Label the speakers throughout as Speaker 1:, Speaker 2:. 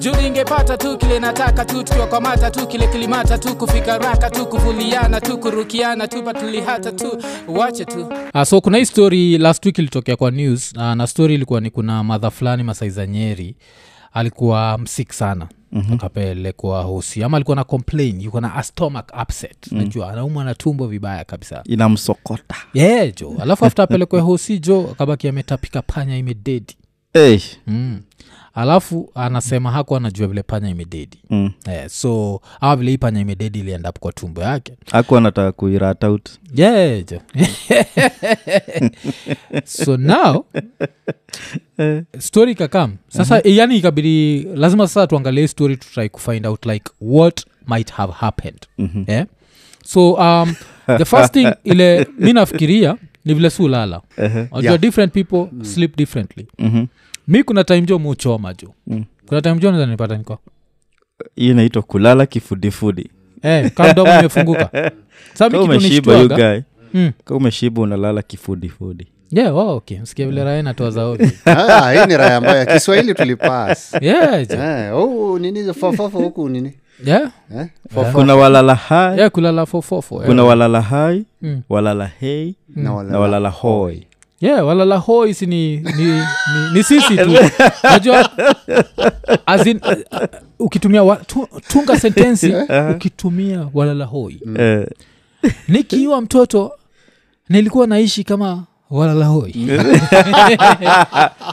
Speaker 1: juu ningepata tu kile nataka tu tukiwakwamata tu kile kilimata tu kufika raka tu kuvuliana tu kurukiana tu patulihata tu wache tu
Speaker 2: Uh, so kuna hii story last week ilitokea kwa news uh, na story ilikuwa ni kuna madha fulani masaiza nyeri alikuwa msik sana mm-hmm. akapelekwa hosi ama alikuwa na complain yuko na a stomach upset mm-hmm. najua anaumwa na tumbo vibaya kabisa
Speaker 3: inamsokota
Speaker 2: yeah, jo alafu after apelekwe hosi jo akabaki ametapika panya imededi
Speaker 3: hey.
Speaker 2: mm. alafu anasema haku anajua vile panya imededi
Speaker 3: mm.
Speaker 2: yeah, so ama vile hii panya imededi ilienda kwa tumbo yake
Speaker 3: aku anataka kuirat out
Speaker 2: yejo so now story ikakam sasa
Speaker 3: Mhm.
Speaker 2: mm-hmm. yani ikabidi lazima sasa tuangalie hii story tutry kufind out like what might have happened
Speaker 3: Mhm.
Speaker 2: mm-hmm. yeah? so um, the first thing ile mi nafikiria ni vile si ulala uh-huh.
Speaker 3: Yeah.
Speaker 2: different people mm. sleep differently
Speaker 3: Mhm.
Speaker 2: mi kuna time jo muchoma jo
Speaker 3: Mm.
Speaker 2: kuna time jo nizanipata niko
Speaker 3: hii inaitwa kulala kifudifudi
Speaker 2: eh, kamdomo imefunguka sa mi
Speaker 3: ka
Speaker 2: kitu
Speaker 3: umeshiba you
Speaker 2: nishtuaga
Speaker 3: guy
Speaker 2: Mm.
Speaker 3: ka umeshiba unalala kifudifudi
Speaker 2: yeah, wow, okay msikia vile raha inatoa zaovi
Speaker 4: Ah, hii ni raya mbaya kiswahili tulipas
Speaker 2: yeah, jo.
Speaker 4: Eh, oh, nini fafafo huku nini
Speaker 2: yeah.
Speaker 4: Eh, fafafo
Speaker 3: kuna walala hai
Speaker 2: yeah, kulala fofofo
Speaker 3: kuna walala hai
Speaker 2: Mm.
Speaker 3: walala hei
Speaker 4: na
Speaker 3: Hmm. na
Speaker 4: wala-
Speaker 3: walala hoi
Speaker 2: yeah, walala hoi si ni, ni, ni, ni sisi tu najua as in, uh, uh, ukitumia wa, tu, tunga sentensi
Speaker 3: Uh-huh.
Speaker 2: ukitumia walala hoi
Speaker 3: Eh,
Speaker 2: nikiwa mtoto nilikuwa naishi kama walala hoi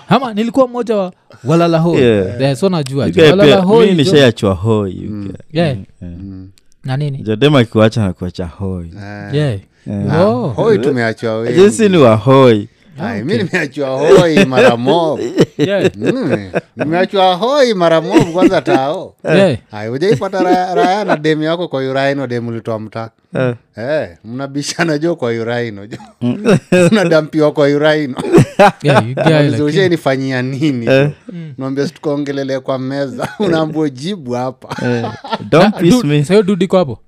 Speaker 2: ama nilikuwa mmoja wa walala hoi
Speaker 3: Yeah.
Speaker 2: yeah, so najua
Speaker 3: you
Speaker 2: ju.
Speaker 3: guy
Speaker 2: walala
Speaker 3: pia- mi
Speaker 2: hoi jo.
Speaker 3: nishayachwa hoi you guy.
Speaker 2: yeah.
Speaker 3: Hmm.
Speaker 2: na nini
Speaker 3: jadema akiwacha nakuacha hoi
Speaker 4: Eh,
Speaker 2: yeah.
Speaker 3: Eh.
Speaker 2: Oh.
Speaker 4: hoi tumeachwa
Speaker 3: jinsi ni wahoi
Speaker 4: Ai, mi nimeachwa hoi mara mob
Speaker 3: Ah.
Speaker 2: Yeah.
Speaker 4: Mm, nimeachwa hoi mara mob kwanza tao
Speaker 2: Yeah.
Speaker 4: Ai, hujaipata raya, raya na demu yako kwa uraino demu litoa mtaa
Speaker 3: Eh.
Speaker 4: Eh, mnabishana jo kwa uraino jo
Speaker 3: Hmm.
Speaker 4: mnadampiwa kwa uraino
Speaker 2: Yeah, you guy like-
Speaker 4: ushainifanyia nini
Speaker 3: Eh.
Speaker 4: naambia situkaongelele kwa meza unaambua jibu hapa
Speaker 3: Eh, don't piss
Speaker 2: Du-
Speaker 3: me
Speaker 2: sayo dudiko hapo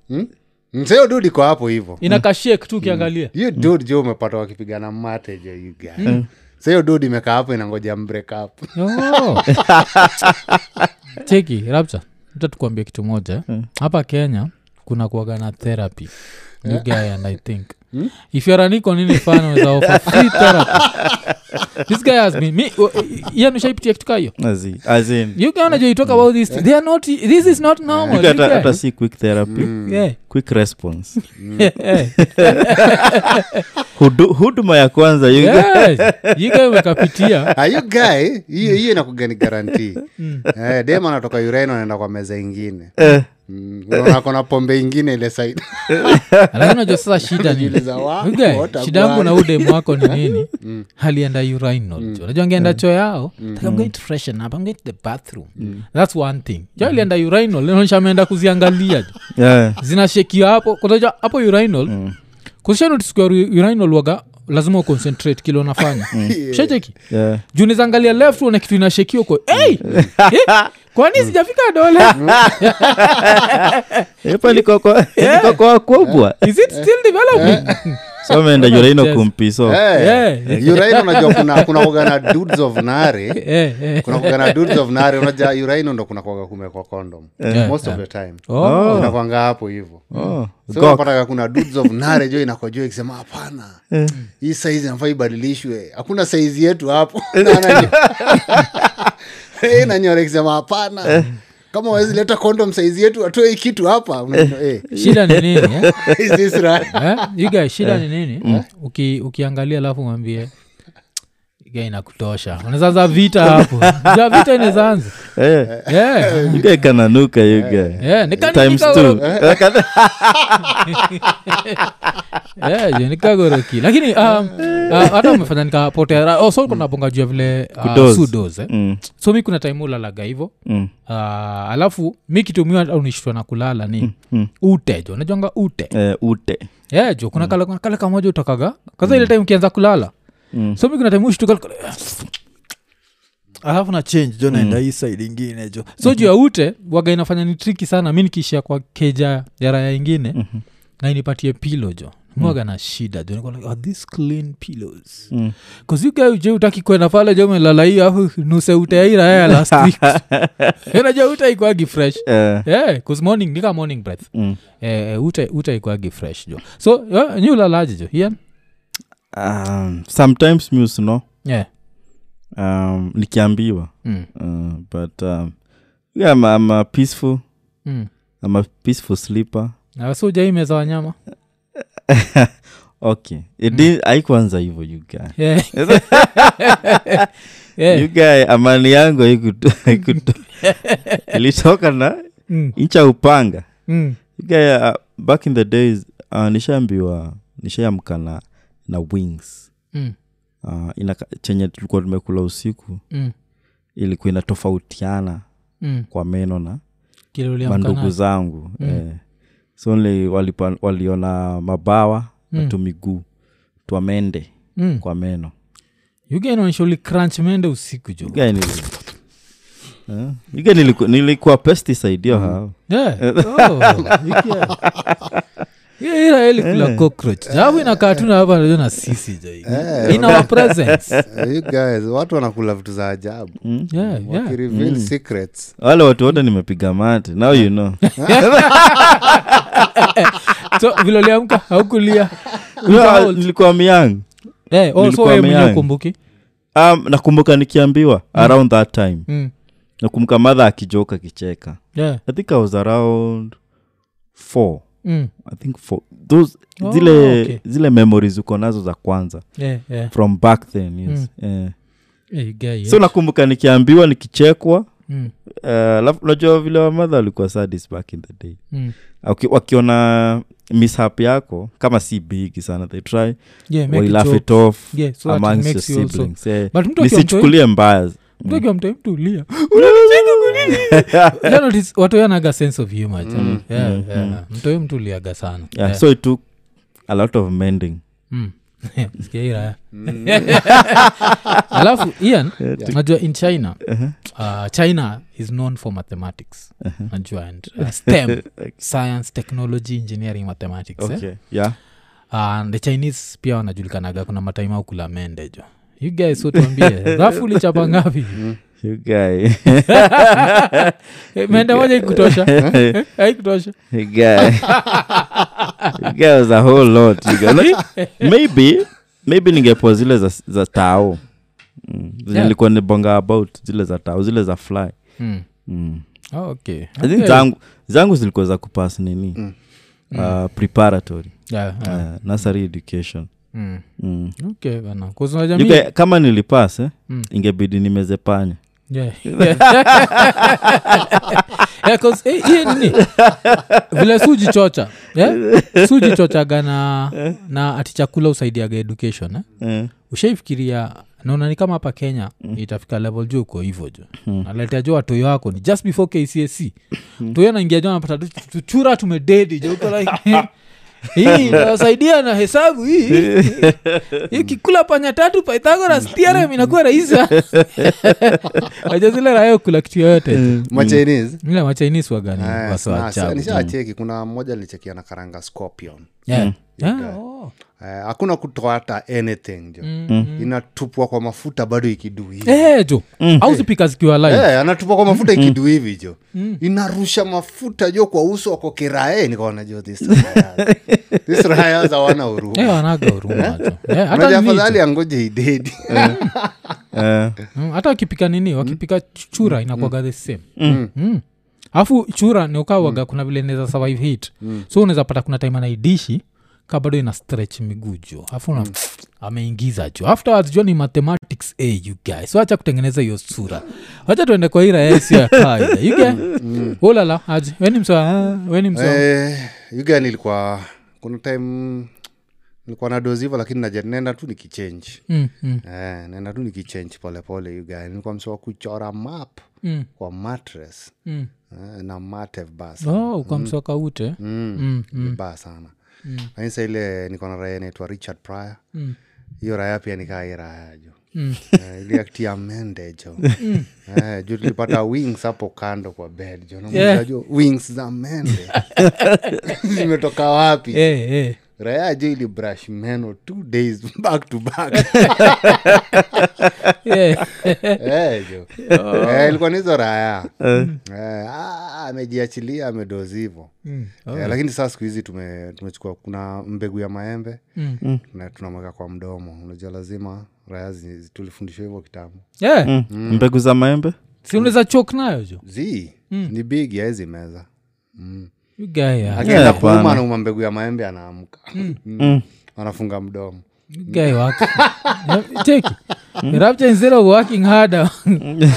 Speaker 4: mseo dudiko hapo hivo
Speaker 3: Mm.
Speaker 2: inakashek tu ukiangalia
Speaker 4: hiyo dud jo umepata wakipigana mate jo you guy.
Speaker 2: Mm.
Speaker 4: Sasa hiyo dud imekaa hapo inangoja mbreak up
Speaker 3: Mm.
Speaker 2: Oh. cheki rabta ta tukuambia kitu moja
Speaker 3: Mm.
Speaker 2: hapa kenya kuna kuaga na therapy
Speaker 3: Eh?
Speaker 2: You guy and i think
Speaker 3: Hmm?
Speaker 2: if you're an inconvenient fan, unaweza offer free therapy this guy has been me oh, yeye nushaipitia kitu kaa hiyo
Speaker 3: Azi- as in,
Speaker 2: you guy unajua you talk about this they are not this is not normal
Speaker 3: Mm. you
Speaker 2: you
Speaker 3: hata hata
Speaker 2: guy.
Speaker 3: si quick therapy
Speaker 2: Yeah.
Speaker 3: quick response
Speaker 2: Yeah.
Speaker 3: Hudu- huduma ya kwanza you guy.
Speaker 2: Yes. You guy umekapitia
Speaker 4: Are you guy hiyo hiyo inakugani garanti
Speaker 2: Mm.
Speaker 4: eh, dem anatoka urain anaenda kwa meza ingine
Speaker 2: Eh.
Speaker 4: Mm, unaona kona pombe ingine ile saidi
Speaker 2: alafu unajua sasa shida ni
Speaker 4: Unajiuliza, wa-
Speaker 2: Ugae,
Speaker 4: what a
Speaker 2: shida yangu
Speaker 4: guy. Mm.
Speaker 2: na udem wako ni nini halienda urinal unajua angeenda choo yao like, I'm going to freshen up I'm going to the bathroom
Speaker 4: Mm.
Speaker 2: that's one thing jo alienda urinal inaonyesha ameenda kuziangalia
Speaker 3: Yeah.
Speaker 2: zinashekia hapo kunajua hapo urinal mm. kushanotisikia urinal waga lazima uconcentrate kile unafanya
Speaker 4: Mm.
Speaker 2: shacheki
Speaker 3: Yeah.
Speaker 2: juu nizangalia left uone kitu inashekio ko hey! eh, kwani sijafika dole
Speaker 3: Epa, niko Eh, kwa- niko kwa wakubwa
Speaker 2: is it still
Speaker 4: Eh.
Speaker 2: developing
Speaker 3: so ameenda uraino
Speaker 2: Yes.
Speaker 3: kumpiso
Speaker 2: Oh. Yeah.
Speaker 4: urain Eh. unajua kuna kuna kugana dudes of nare
Speaker 2: Eh, eh.
Speaker 4: kuna kugana dudes of nare unaja urain ndo kuna kuaga kumekwa condom most of the time
Speaker 2: Oh.
Speaker 4: inakwanga hapo hivo
Speaker 3: Oh,
Speaker 4: So
Speaker 3: gok.
Speaker 4: unapata kuna dudes of nare jo inakojua ikisema hapana hii saizi nafaa ibadilishwe hakuna saizi yetu hapo Na ananyo- Eh, nanyora ikisema hapana kama wawezi leta kondom saizi yetu atoe hii kitu hapa Unajua, eh,
Speaker 2: shida ni nini eh?
Speaker 4: is this right?
Speaker 2: Eh, you guys, shida ni nini Uki, ukiangalia alafu mwambie inakutosha unazaanza vita hapo ja vita inazaanza
Speaker 3: Eh,
Speaker 2: yeah.
Speaker 3: you guy kananuka you guy.
Speaker 2: yeah. nika-
Speaker 3: times
Speaker 2: nika-
Speaker 3: two
Speaker 2: yeah, je, nikagoroki lakini um, uh, hata umefanya nikapotea ra- oh, so kunaponga jua vile uh,
Speaker 3: Kudoze.
Speaker 2: sudos eh.
Speaker 3: Mm,
Speaker 2: so mi kuna time ulalaga hivo
Speaker 3: mm.
Speaker 2: uh, alafu mi kitumiwa au nishitwa na kulala ni ute jo najonga ute
Speaker 3: Eh, ute
Speaker 2: yeah, jo
Speaker 5: Mm.
Speaker 2: kuna kale, kale kamoja utakaga kaza ile time ukianza kulala
Speaker 3: Mm.
Speaker 2: so mi kuna time ushtuka
Speaker 5: alafu na change jo naenda hii side ingine jo
Speaker 2: Mm.
Speaker 5: Mm-hmm.
Speaker 2: so juu ya ute waga
Speaker 5: Mm-hmm.
Speaker 2: inafanya ni triki sana mi nikiishia kwa keja ya raya ingine na inipatie pilo jo mwaga
Speaker 5: Mm.
Speaker 2: na shida jo niko like, are these clean pillows kazikauje utaki kwenda pale jo umelala hiyo afu nuseuteaira ya last week Yaani unaja utaikwagi fresh
Speaker 3: Eh. mm.
Speaker 2: yeah, 'cause morning nika morning breath eh, eh, uta- utaikwagi fresh jo so eh, nyi ulalaje jo Ian?
Speaker 3: Um, sometimes mus no
Speaker 2: yeah.
Speaker 3: um, nikiambiwa
Speaker 2: mm.
Speaker 3: uh, but um, yeah, I'm, I'm a peaceful
Speaker 2: mm.
Speaker 3: I'm a peaceful sleeper
Speaker 2: Na so hujai meza wanyama
Speaker 3: okay it
Speaker 2: Hmm.
Speaker 3: didn't haikuanza hivyo you guy
Speaker 2: Yeah. Yeah.
Speaker 3: you guy amani yangu haikuto- haikuto- ilitoka na
Speaker 2: Mm,
Speaker 3: ncha upanga
Speaker 2: mm.
Speaker 3: you guy uh, back in the days uh, nishaambiwa nishaamka na, na wings
Speaker 2: Mm.
Speaker 3: uh, inaka, chenye tulikuwa tumekula usiku
Speaker 2: Mm.
Speaker 3: ilikuwa inatofautiana
Speaker 2: Mm.
Speaker 3: kwa meno na
Speaker 2: Kile uliamka
Speaker 3: mandugu
Speaker 2: nacho.
Speaker 3: zangu mm. eh. so only walipa, waliona mabawa mm. na tumiguu twamende
Speaker 2: Mm.
Speaker 3: kwa meno
Speaker 2: You guy inaonyesha uli crunch mende usiku jo
Speaker 3: Guy nili- Eh, you guy niliku- nilikuwa pesticide yo hao
Speaker 2: Yeah. Oh, wiki ya- Yeah, ila heli kula cockroach jabu inakaa tu na hapa najua na sisi jo in our presence
Speaker 4: Eh, you guys watu wanakula vitu za ajabu
Speaker 2: yeah, Mm. yeah.
Speaker 4: wakireveal secrets
Speaker 3: wale watu wote nimepiga mate now you know
Speaker 2: so vile uliamka haukulia
Speaker 3: No, nilikuwa myang
Speaker 2: Eh, oh, so
Speaker 3: Nilikuwa
Speaker 2: wewe mwenyewe
Speaker 3: miyang.
Speaker 2: ukumbuki
Speaker 3: um, nakumbuka nikiambiwa around that time
Speaker 2: Mm.
Speaker 3: nakumbuka madha akijoka akicheka
Speaker 2: Yeah.
Speaker 3: i think i was around four
Speaker 2: Mm.
Speaker 3: i think four those
Speaker 2: Oh,
Speaker 3: zile
Speaker 2: okay.
Speaker 3: zile memories uko nazo za kwanza
Speaker 2: Yeah, yeah.
Speaker 3: from back then yes.
Speaker 2: Hmm.
Speaker 3: eh.
Speaker 2: Hey, guy,
Speaker 3: so nakumbuka nikiambiwa nikichekwa
Speaker 2: Mm.
Speaker 3: eh, alafu unajua vile wamadha walikuwa sadis back in the day
Speaker 2: Mm.
Speaker 3: Waki- wakiona mishap yako kama si bigi sana they try
Speaker 2: Yeah, make
Speaker 3: we
Speaker 2: it
Speaker 3: laugh
Speaker 2: so.
Speaker 3: it off
Speaker 2: Yeah, so that it
Speaker 3: amongst your
Speaker 2: makes you also-
Speaker 3: siblings Eh,
Speaker 2: But mtu akiwa
Speaker 3: nisichukulie mbaya
Speaker 2: mtu akiwa mtu mtu ulia
Speaker 3: Mm.
Speaker 2: Unanicheka kwa nini? You know, watu yanaga sense of humor jo. Yeah, yeah. mtu huyu mtu uliaga sana
Speaker 3: Mm, yeah,
Speaker 2: Yeah.
Speaker 3: so it took a lot of mending
Speaker 2: Mm. Sikia hii raya. alafu ian najua in china
Speaker 3: Uh-huh.
Speaker 2: uh, china is known for mathematics
Speaker 3: Uh-huh.
Speaker 2: najua and uh, stem science technology engineering mathematics eh?
Speaker 3: okay. yeah.
Speaker 2: and the chinese pia wanajulikanaga kuna mataima kula mende jo you guys so tuambie rafu ulichapa ngapi
Speaker 3: you guy
Speaker 2: Eh, mende moja Eh, ikutosha aikutosha
Speaker 3: you guy you guy was a whole lot you guy. Like, maybe maybe ningepoa zile za, za tao mm. zenye
Speaker 2: Yeah.
Speaker 3: nilikuwa nibonga about zile za tao zile za fly
Speaker 2: mm.
Speaker 3: mm.
Speaker 2: oh, okay.
Speaker 3: I think
Speaker 2: Okay.
Speaker 3: zangu, zangu zilikuwa za kupas nini Uh, preparatory
Speaker 2: Yeah, yeah.
Speaker 3: uh, nursery education
Speaker 2: Mm.
Speaker 3: mm.
Speaker 2: okay bana kuzunajami
Speaker 3: You guy, kama nilipas eh?
Speaker 2: Mm.
Speaker 3: ingebidi nimezepanya
Speaker 2: Yeah. Yeah, 'cause, eh, hii nini? vile sujichocha yeah? sujichochaga na, na ati chakula usaidiaga education eh?
Speaker 3: eh.
Speaker 2: ushaifikiria naona ni kama hapa kenya
Speaker 4: Mm.
Speaker 2: itafika level juu uko hivo jo naletea jo watoyo wako ni just before kcsc E.
Speaker 4: Mm.
Speaker 2: toyo naingia jo napata tuchura tumededi jo uko like hii inawasaidia na hesabu hii hii kikula panya tatu pythagoras theorem inakuwa rahisi aja zile rayo kula kitu
Speaker 4: Mm.
Speaker 2: yoyote
Speaker 4: machinese
Speaker 2: ile machinis wagani
Speaker 4: Eh, snack.
Speaker 2: wasoachabu
Speaker 4: nishawacheki kuna mmoja alichekia na karanga scorpion
Speaker 2: yeah. yeah.
Speaker 4: guy.
Speaker 2: oh.
Speaker 4: Eh, hakuna kutoa hata anything jo inatupwa kwa mafuta bado ikiduu hivi
Speaker 2: Mm, Eh, jo au zipika zikiwa live
Speaker 4: Mm. Eh, anatupa kwa mafuta ikidu hivi jo
Speaker 2: Mm.
Speaker 4: inarusha mafuta jo kwa uso wako kirae nikaona jo this Rahayas- this Rahayas hawana huruma.
Speaker 2: Eh, wanaga huruma jo. Eh, hata
Speaker 4: Unajua
Speaker 2: mimi jo.
Speaker 4: afadhali angoje idedi
Speaker 3: Eh.
Speaker 2: Mm, hata wakipika nini wakipika ch- chura inakwaga the same Mm. alafu chura niukawaga kuna vile naeza survive hit so unaweza pata kuna time anaidishi ka bado ina stretch miguu jo alafu una ameingiza jo afterwards jo ni mathematics a you guys wacha kutengeneza hiyo sura wacha tuende kwa ira esi ya kaida you guys ulala aje weni msa weni msa
Speaker 4: Eh, you guy nilikuwa kuna time nilikuwa na dozi hivyo lakini naja- naenda tu nikichenji
Speaker 2: Mm, mm,
Speaker 4: eh, naenda tu nikichenji polepole you guy nilikuwa msee wa kuchora map
Speaker 2: mm,
Speaker 4: kwa matres
Speaker 2: mm.
Speaker 4: eh, na matev bas
Speaker 2: Oh, ukamsoka ute
Speaker 4: mm. vibaya sana lakini sa ile niko na raya inaitwa richard pryor hiyo raya pia nikaa hii raya jo Eh, iliaktia mende jo Eh, juu tulipata wings hapo kando kwa bed jo namuuliza,
Speaker 2: Yeah.
Speaker 4: jo wings za mende zimetoka wapi
Speaker 2: Eh, eh.
Speaker 4: raya jo ili brush meno two days back to back
Speaker 2: Yeah.
Speaker 4: Eh, jo Eh, ilikuwa nizo raya Eh, ah, amejiachilia amedozi hivo
Speaker 2: Mm.
Speaker 4: Eh, lakini saa siku hizi tume- tumechukua kuna mbegu ya maembe na tunamweka kwa mdomo unajua lazima raya zi- zi- tulifundishwa hivyo kitambo
Speaker 2: Yeah.
Speaker 3: Mm. mbegu za maembe
Speaker 2: Eh, si unaweza chok nayo jo
Speaker 4: zi ni bigi aezi meza
Speaker 2: You guy, ah. yeah.
Speaker 4: akienda
Speaker 3: Yeah, bwana.
Speaker 4: kuuma anauma mbegu ya maembe anaamka Mm. anafunga mdomo
Speaker 2: You guy
Speaker 3: Mm.
Speaker 2: work. Yeah, take it. Rapture instead of working harder.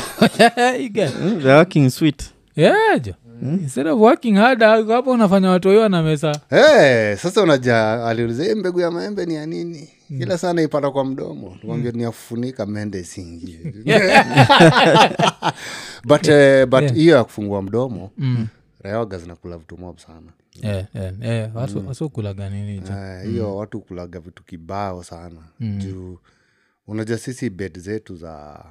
Speaker 2: You guy.
Speaker 3: Mm, they are working sweet
Speaker 2: Yeah, jo
Speaker 3: Mm.
Speaker 2: instead of working harder hapo unafanya watu waiwa na mesa
Speaker 4: hey, Eh, sasa unaja aliuliza hii mbegu ya maembe ni ya nini kila sana ipata kwa mdomo tukwambia ni ya kufunika mende singie but eh, but hiyo ya kufungua mdomo mm. rayawaga zinakula vitu mob sana
Speaker 2: yeah, yeah, yeah. Eh,
Speaker 3: Mm.
Speaker 2: watu wasiokulaga nini jo
Speaker 4: Eh, hiyo watu kulaga vitu kibao sana
Speaker 2: Mm.
Speaker 4: juu unajua sisi bed zetu za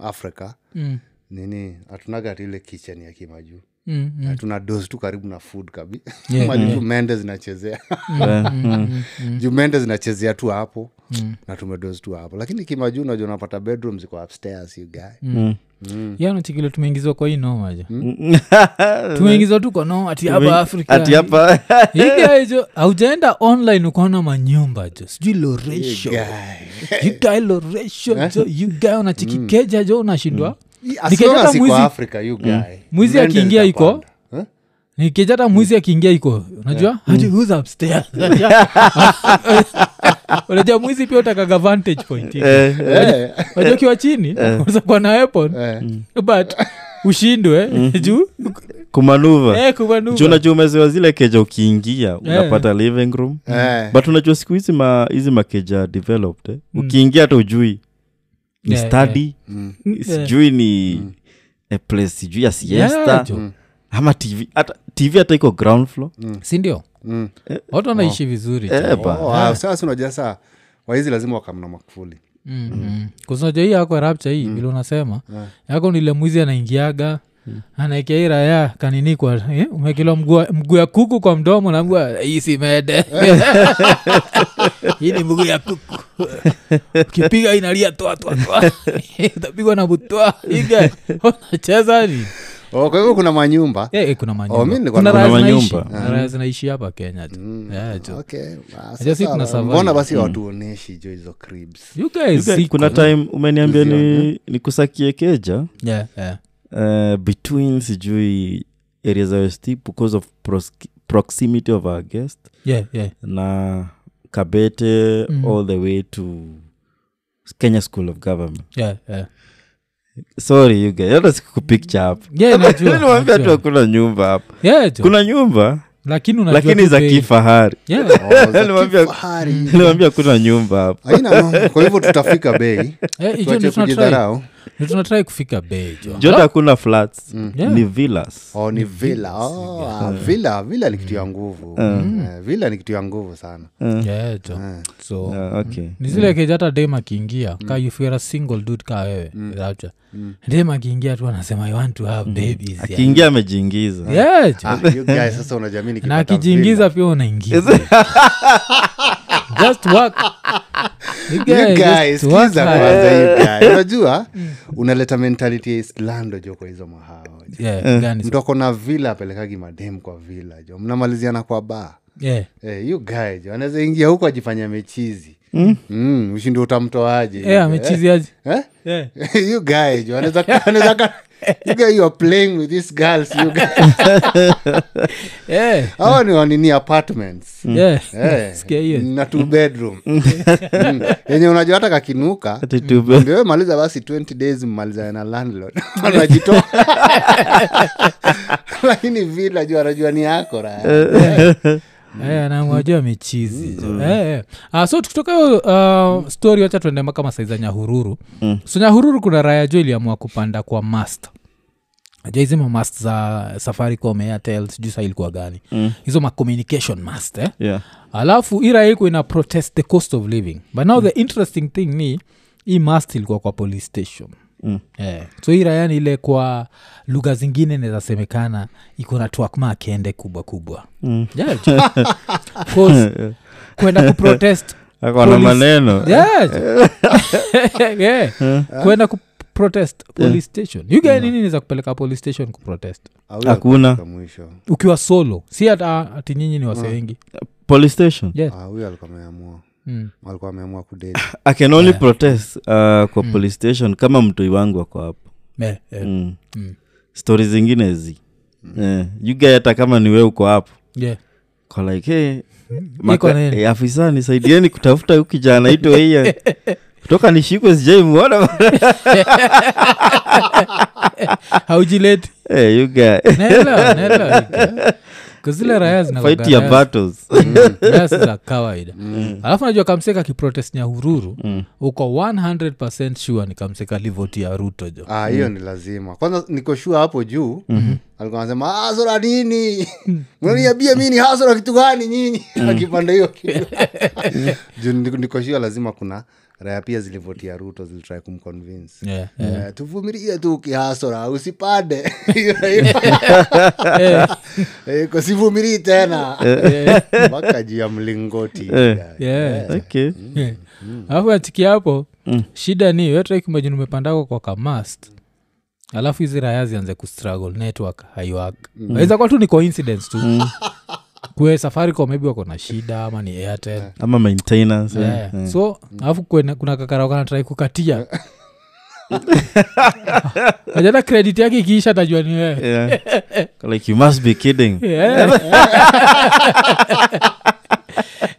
Speaker 4: afrika
Speaker 2: Mm,
Speaker 4: nini hatunaga hata ile kitchen ya kimajuu
Speaker 2: mm, mm.
Speaker 4: tuna dos tu karibu na food kabisa
Speaker 2: Yeah,
Speaker 4: mali tu mende zinachezea
Speaker 3: Eh, mm.
Speaker 4: juu mende zinachezea tu hapo
Speaker 2: Mm.
Speaker 4: na tumedos tu hapo lakini kimajuu unajua unapata bedroom ziko upstairs you guy
Speaker 2: Mm.
Speaker 3: mm.
Speaker 2: yanachikile tumeingizwa kwa hii noma jo tumeingizwa tu kwa noma ati hapa afrika
Speaker 3: ati hapa eh,
Speaker 2: igaijo aujaenda online ukaona manyumba jo sijui loration ugae loration jo ugae unachikikeja jo unashindwa
Speaker 3: Mm.
Speaker 4: Asiona
Speaker 2: Nikileta
Speaker 4: siko
Speaker 2: mwizi- Mm.
Speaker 4: Afrika, you guy.
Speaker 2: mwizi
Speaker 4: Mende
Speaker 2: akiingia iko?
Speaker 4: zitapanda. Eh?
Speaker 3: Hmm.
Speaker 2: nikijata mwizi akiingia iko unajua hati who's upstairs unajua mwizi pia utakaga vantage point
Speaker 3: Eh,
Speaker 2: unajua ukiwa chini unaweza kuwa na weapon
Speaker 4: Eh.
Speaker 2: but ushindwe juu
Speaker 3: kumanuva
Speaker 2: eh, kumanuva.
Speaker 3: Hmm. juu unajua umezewa zile keja ukiingia unapata living room
Speaker 2: Mm.
Speaker 4: Eh.
Speaker 3: but unajua siku hizi ma, hizi makeja developed eh? ukiingia hata ujui ni
Speaker 2: Mm. Yeah, Mm,
Speaker 3: study
Speaker 4: Mm.
Speaker 2: Yeah.
Speaker 3: sijui ni a place sijui ya siesta
Speaker 2: Yeah, jo.
Speaker 3: ama tv hata tv hata iko ground floor
Speaker 2: sindio
Speaker 4: Mm.
Speaker 2: watu wanaishi vizuri jo.
Speaker 3: Eh, ba.
Speaker 4: Oh, ah, sasa unajua saa wahizi lazima wakamna makufuli Mm.
Speaker 2: kusoja Mm-hmm. hii yako rapcha hii vile unasema yako nile mwizi anaingiaga
Speaker 4: Mm.
Speaker 2: anaekea hii raya kanini kwa eh, umekilwa mguu- mguu ya kuku kwa mdomo na mguu ya- hii si mede hii ni mguu ya kuku ukipiga inalia toa toa toa utapigwa na butwa iga unacheza ni
Speaker 4: oh, kwa hivyo kuna manyumba
Speaker 2: Eh, eh, kuna
Speaker 4: Oh, mi nilikuwa
Speaker 2: Kuna
Speaker 4: na- Mm.
Speaker 2: raya
Speaker 3: kuna
Speaker 2: zinaishi.
Speaker 3: manyumba.
Speaker 2: Kuna raya zinaishi hapa kenya tu. Yeah, tu.
Speaker 4: Okay, ah,
Speaker 2: Sasa
Speaker 4: sasa,
Speaker 2: kuna survive.
Speaker 4: mbona basi watuoneshi jo hizo cribs
Speaker 2: You guys
Speaker 3: Yuka,
Speaker 2: siko.
Speaker 3: kuna time umeniambia ni, ni kusakie keja
Speaker 2: Yeah, yeah.
Speaker 3: uh, between sijui area za west because of prosci- proximity of our guest
Speaker 2: Yeah, yeah.
Speaker 3: na kabete
Speaker 2: Mm-hmm.
Speaker 3: mm. all the way to kenya school of government
Speaker 2: Yeah, yeah.
Speaker 3: sorry you guys hata sikukupicture hapa
Speaker 2: Yeah, najua,
Speaker 3: nilimwambia tu
Speaker 2: najua.
Speaker 3: hakuna nyumba hapa
Speaker 2: Yeah, tu.
Speaker 3: kuna nyumba
Speaker 2: lakini unajua
Speaker 3: lakini
Speaker 2: tu
Speaker 3: za
Speaker 2: bei.
Speaker 3: kifahari
Speaker 2: Yeah. Eh,
Speaker 4: Oh, za
Speaker 3: Nilimwambia-
Speaker 4: kifahari.
Speaker 3: nilimwambia kuna nyumba hapa
Speaker 4: Haina mambo. kwa hivyo tutafika bei
Speaker 2: Eh, hicho
Speaker 4: tuache
Speaker 2: ndio tunatry-
Speaker 4: kujidharau
Speaker 2: ndio tunatrai kufika bei jo.
Speaker 3: jota hakuna flats
Speaker 2: Yeah.
Speaker 3: ni villas
Speaker 4: Oh, ni villa oh, ah, villa villa ni kitu ya nguvu
Speaker 2: Mm.
Speaker 4: Eh, villa ni kitu ya nguvu sana
Speaker 2: Yeah, jo. so
Speaker 3: Ah, okay
Speaker 2: ni zile keja hata dem akiingia ka if you're a single dude ka wewe Rapture. dem akiingia tu anasema i want to have babies yeah."
Speaker 3: akiingia amejiingiza
Speaker 2: Yeah, jo.
Speaker 4: Ah, you guys, sasa unajamii
Speaker 2: na
Speaker 4: nikipata
Speaker 2: akijiingiza
Speaker 4: villa.
Speaker 2: pia unaingia Just work. You
Speaker 4: You
Speaker 2: guys,
Speaker 4: guys,
Speaker 2: eh, just work
Speaker 4: sikiza
Speaker 2: hard. Mm.
Speaker 4: kwanza, you guys. unajua unaleta mentality ya islando jo kwa hizo mahao
Speaker 2: Yeah, gani sa-
Speaker 4: mtu ako na vila apelekagi madem kwa vila jo mnamaliziana kwa baa
Speaker 2: yeah.
Speaker 4: Eh, you guy jo anaweza ingia huko ajifanya mechizi
Speaker 3: Hmm?
Speaker 4: mm. Mm, ushindi utamtoaje
Speaker 2: Eh, amechiziaje?
Speaker 4: Eh?
Speaker 2: Yeah.
Speaker 4: you guy jo anaweza anaweza ka- you guy you are playing with these girls you guys
Speaker 2: Yeah.
Speaker 4: hawa ni wanini apartments
Speaker 3: Hmm.
Speaker 2: Yeah.
Speaker 4: Eh,
Speaker 2: Sikia hiyo.
Speaker 4: na two bedroom Mm, yenye unajua hata kakinuka
Speaker 3: Ati tu-
Speaker 2: Mm.
Speaker 4: ndio maliza basi 20 days mmalizane na landlord anajitoa lakini vila juu anajua ni yako ra
Speaker 3: Eh,
Speaker 2: namwajua Eh, michizi jo. Eh, eh. Ah, so tukitoka hiyo uh, stori wacha tuende mpaka masaiza nyahururu so nyahururu kuna raya jo iliamua kupanda kwa mast jaizima mast za safaricom airtel sijuu saa ilikuwa gani hizo ma communication mast eh?
Speaker 3: yeah.
Speaker 2: alafu hii raya iko ina protest the cost of living but now the interesting thing ni hii mast ilikuwa kwa police station yeah. so hii raya ni ile kwa lugha zingine nawezasemekana iko na twakma akende kubwa kubwa mm. yeah, ju- of course, kwenda kuprotest
Speaker 3: akona
Speaker 2: Police.
Speaker 3: maneno
Speaker 2: yes. yeah. kwenda kuprotest police station you get nini za kupeleka police station kuprotest
Speaker 4: Awila
Speaker 3: Hakuna.
Speaker 4: alikuwa mwisho
Speaker 2: ukiwa solo si hata ati nyinyi ni wase wengi
Speaker 3: police station
Speaker 2: yes.
Speaker 4: Ah, huyo alikuwa ameamua
Speaker 2: mm.
Speaker 4: alikuwa ameamua kudeli
Speaker 3: i can only protest uh, kwa police station kama mtoi wangu ako hapo
Speaker 2: yeah, Mm. yeah. Mm.
Speaker 3: mm. stori zingine zi Eh, you guy hata kama ni we uko hapo
Speaker 2: yeah.
Speaker 3: Kwa like hey,
Speaker 2: Iko
Speaker 3: maka,
Speaker 2: Mm. nini?
Speaker 3: hey, afisa nisaidieni kutafuta huyu kijana aitwa hiya kutoka nishikwe sijaimwona
Speaker 2: haujileti
Speaker 3: hey, Eh, you guy
Speaker 2: naelewa naelewa kazile raya
Speaker 3: fight your
Speaker 2: zinaaa
Speaker 3: battles
Speaker 2: Mm, za kawaida alafu najua kamseka kiprotest nyahururu mm. uko 100 sure ni kamseka livotia ruto jo
Speaker 4: Ah, hiyo ni lazima kwanza nikoshua hapo juu
Speaker 2: Mhm.
Speaker 4: alikuwa anasema hasra nini mnaniambia mi ni hasra kitu gani nyinyi
Speaker 2: Mm.
Speaker 4: akipanda hiyo kitu. juu niko- nikoshua lazima kuna raya pia zilivotia ruto zilitrai kumconvince
Speaker 2: yeah.
Speaker 4: Eh, tuvumilie tu ukihasra usipande Eh, ko sivumirii tena mpaka juu ya mlingoti
Speaker 2: Eh. Yeah. Mm.
Speaker 3: okay
Speaker 2: Yeah. alafu atiki hapo
Speaker 3: Mm.
Speaker 2: shida ni wetraikimajini umepandako kwa kamast alafu hizi raya zianze kustruggle network haiwak waweza kuwa tu ni coincidence tu
Speaker 3: Mm.
Speaker 2: kue safaricom maybe wako na shida ama ni airtel
Speaker 3: ama maintenance eh.
Speaker 2: Yeah.
Speaker 4: Mm.
Speaker 2: so alafu kuna, kuna kakarakanatrai kukatia ajata credit yake ikiisha tajua ni wewe Eh.
Speaker 3: Yeah. like you must be kidding
Speaker 4: Eh.
Speaker 2: Yeah.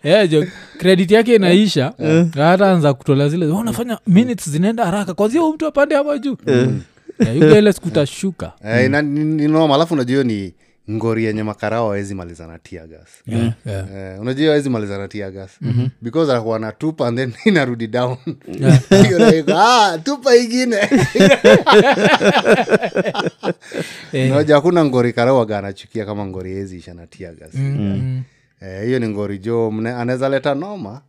Speaker 2: Yeah, jo Eh, credit yake inaisha
Speaker 4: Eh.
Speaker 2: hata anza kutolea zile "Wewe unafanya minutes zinaenda haraka kwanzia huyu mtu apande hapa juu Yeah, yule ile sikutashuka
Speaker 4: Eh, ina- ni- ni noma alafu unajua hiyo ni ngori yenye makarao awezi malizana tiagas
Speaker 2: Yeah.
Speaker 4: Eh, unajua awezi malizana tiagas because anakuwa na tupa and then inarudi down You're like, ah, tupa ingine naja hakuna ngori karao aga anachukia kama ngori awezi isha na tiagas
Speaker 2: Mm.
Speaker 4: Eh, hiyo ni ngori jo mne- anaweza leta noma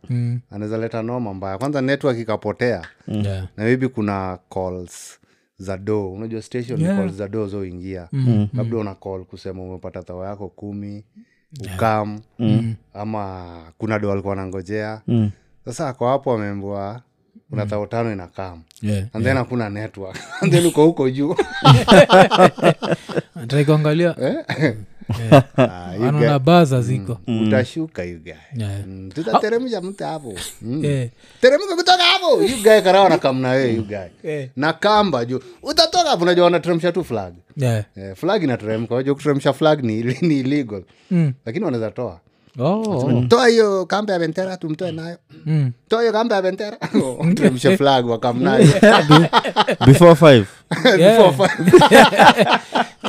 Speaker 4: anaweza leta noma mbaya kwanza network ikapotea
Speaker 2: Yeah.
Speaker 4: na maybe kuna calls za do unajua station yeah. calls za do zoingia
Speaker 2: Mm.
Speaker 4: labda una call kusema umepata thawa yako kumi ukam
Speaker 2: Mm.
Speaker 4: ama kuna do alikuwa anangojea sasa ako hapo ameambua una thao tano ina kam
Speaker 2: Mm. Yeah.
Speaker 4: and then hakuna network and then uko huko juu
Speaker 2: Nataka kuangalia
Speaker 4: Eh. Ah, you Mm.
Speaker 2: anaona baza ziko
Speaker 4: guy- utashuka you guy.
Speaker 2: Yeah. Ah.
Speaker 4: Mm, tutateremsha mtu hapo Mm.
Speaker 2: Yeah.
Speaker 4: teremka kutoka hapo yugae karawa nakamna wewe yugae na kamba juu utatoka hapo unajua wanateremsha tu flag
Speaker 2: Yeah.
Speaker 4: eh, flag inateremka wajua kuteremsha flag ni, ni illegal mm. lakini wanaweza toa
Speaker 2: Oh.
Speaker 4: toa hiyo kamba ya bentera tumtoe nayo
Speaker 2: Mm.
Speaker 4: toa hiyo kamba ya bentera teremsha flag wakamnayo
Speaker 3: before five
Speaker 2: Yeah.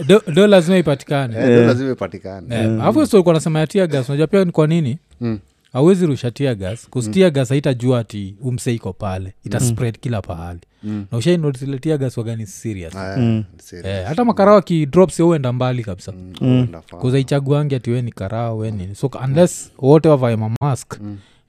Speaker 2: Do- do lazima ipatikane
Speaker 4: Eh, dola zimepatikana
Speaker 2: Eh, alafu solikuwa nasema ya tiagas unajua pia ni kwa nini
Speaker 4: Mm.
Speaker 2: awezi rusha tiagas kustiagas haitajua ati umse iko pale ita spread kila pahali na ushainotile tiagas wagani serious
Speaker 4: Eh, serious.
Speaker 2: Eh, hata makarao akidrops uenda mbali kabisa
Speaker 4: Wonderful.
Speaker 2: kuzaichaguangi ati we ni karao we nini so unless wote wavae mamask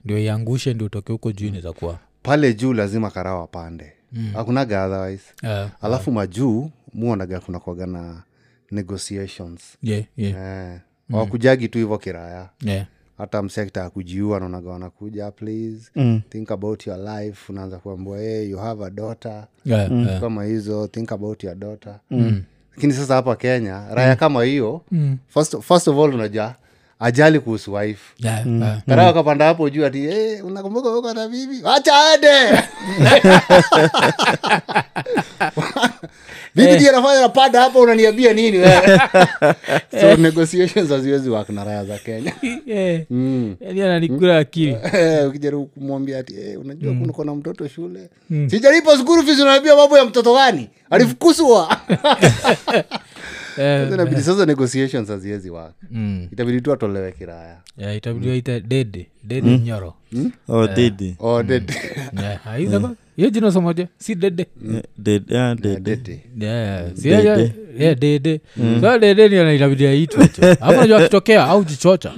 Speaker 2: ndio iangushe ndio utoke huko juu niza kuwa
Speaker 4: pale juu lazima karaa wapande hakunaga otherwise
Speaker 2: Eh,
Speaker 4: alafu majuu muonaga kuna kwaga na negotiations
Speaker 2: yeah, yeah,
Speaker 4: eh, wakujagi tu hivo kiraya
Speaker 2: yeah.
Speaker 4: hata msekta akujiua naonaga wanakuja please mm. think about your life unaanza kuambua hey, you have a daughter
Speaker 2: Yeah, yeah.
Speaker 4: kama hizo think about your daughter mm. lakini sasa hapa kenya raya kama hiyo mm. first, first of all unaja ajali kuhusu wife
Speaker 2: Yeah, eh.
Speaker 4: karaa wakapanda hapo juu ati hey, unakumbuka uko na bibi wacha aende bibi ndiye anafanya napanda hapo unaniambia nini wewe so negotiations haziwezi work na raya za kenya
Speaker 2: Eh, yaani ananikula akili
Speaker 4: Eh, ukijaribu kumwambia ati eh, unajua
Speaker 2: Mm.
Speaker 4: kuna kona mtoto shule sijalipa skuru fees unaambia mambo ya mtoto gani
Speaker 2: Mm.
Speaker 4: alifukuzwa
Speaker 2: Eh,
Speaker 4: Sasa inabidi sasa negotiations haziwezi work
Speaker 2: mm.
Speaker 4: itabidi tu atolewe kiraya
Speaker 2: Yeah, itabidi waita dede dede nyoro
Speaker 3: oh, didi
Speaker 2: Mm.
Speaker 4: Oh, dede.
Speaker 2: Yeah, ah, hizo kwa- hiyo jina somoja si dede
Speaker 3: Eh, didi ah, didi
Speaker 4: Dede.
Speaker 2: Yeah, si yeye- yeah, dede so dede ni inabidi aitwe cho. Alafu unajua akitokea au jichocha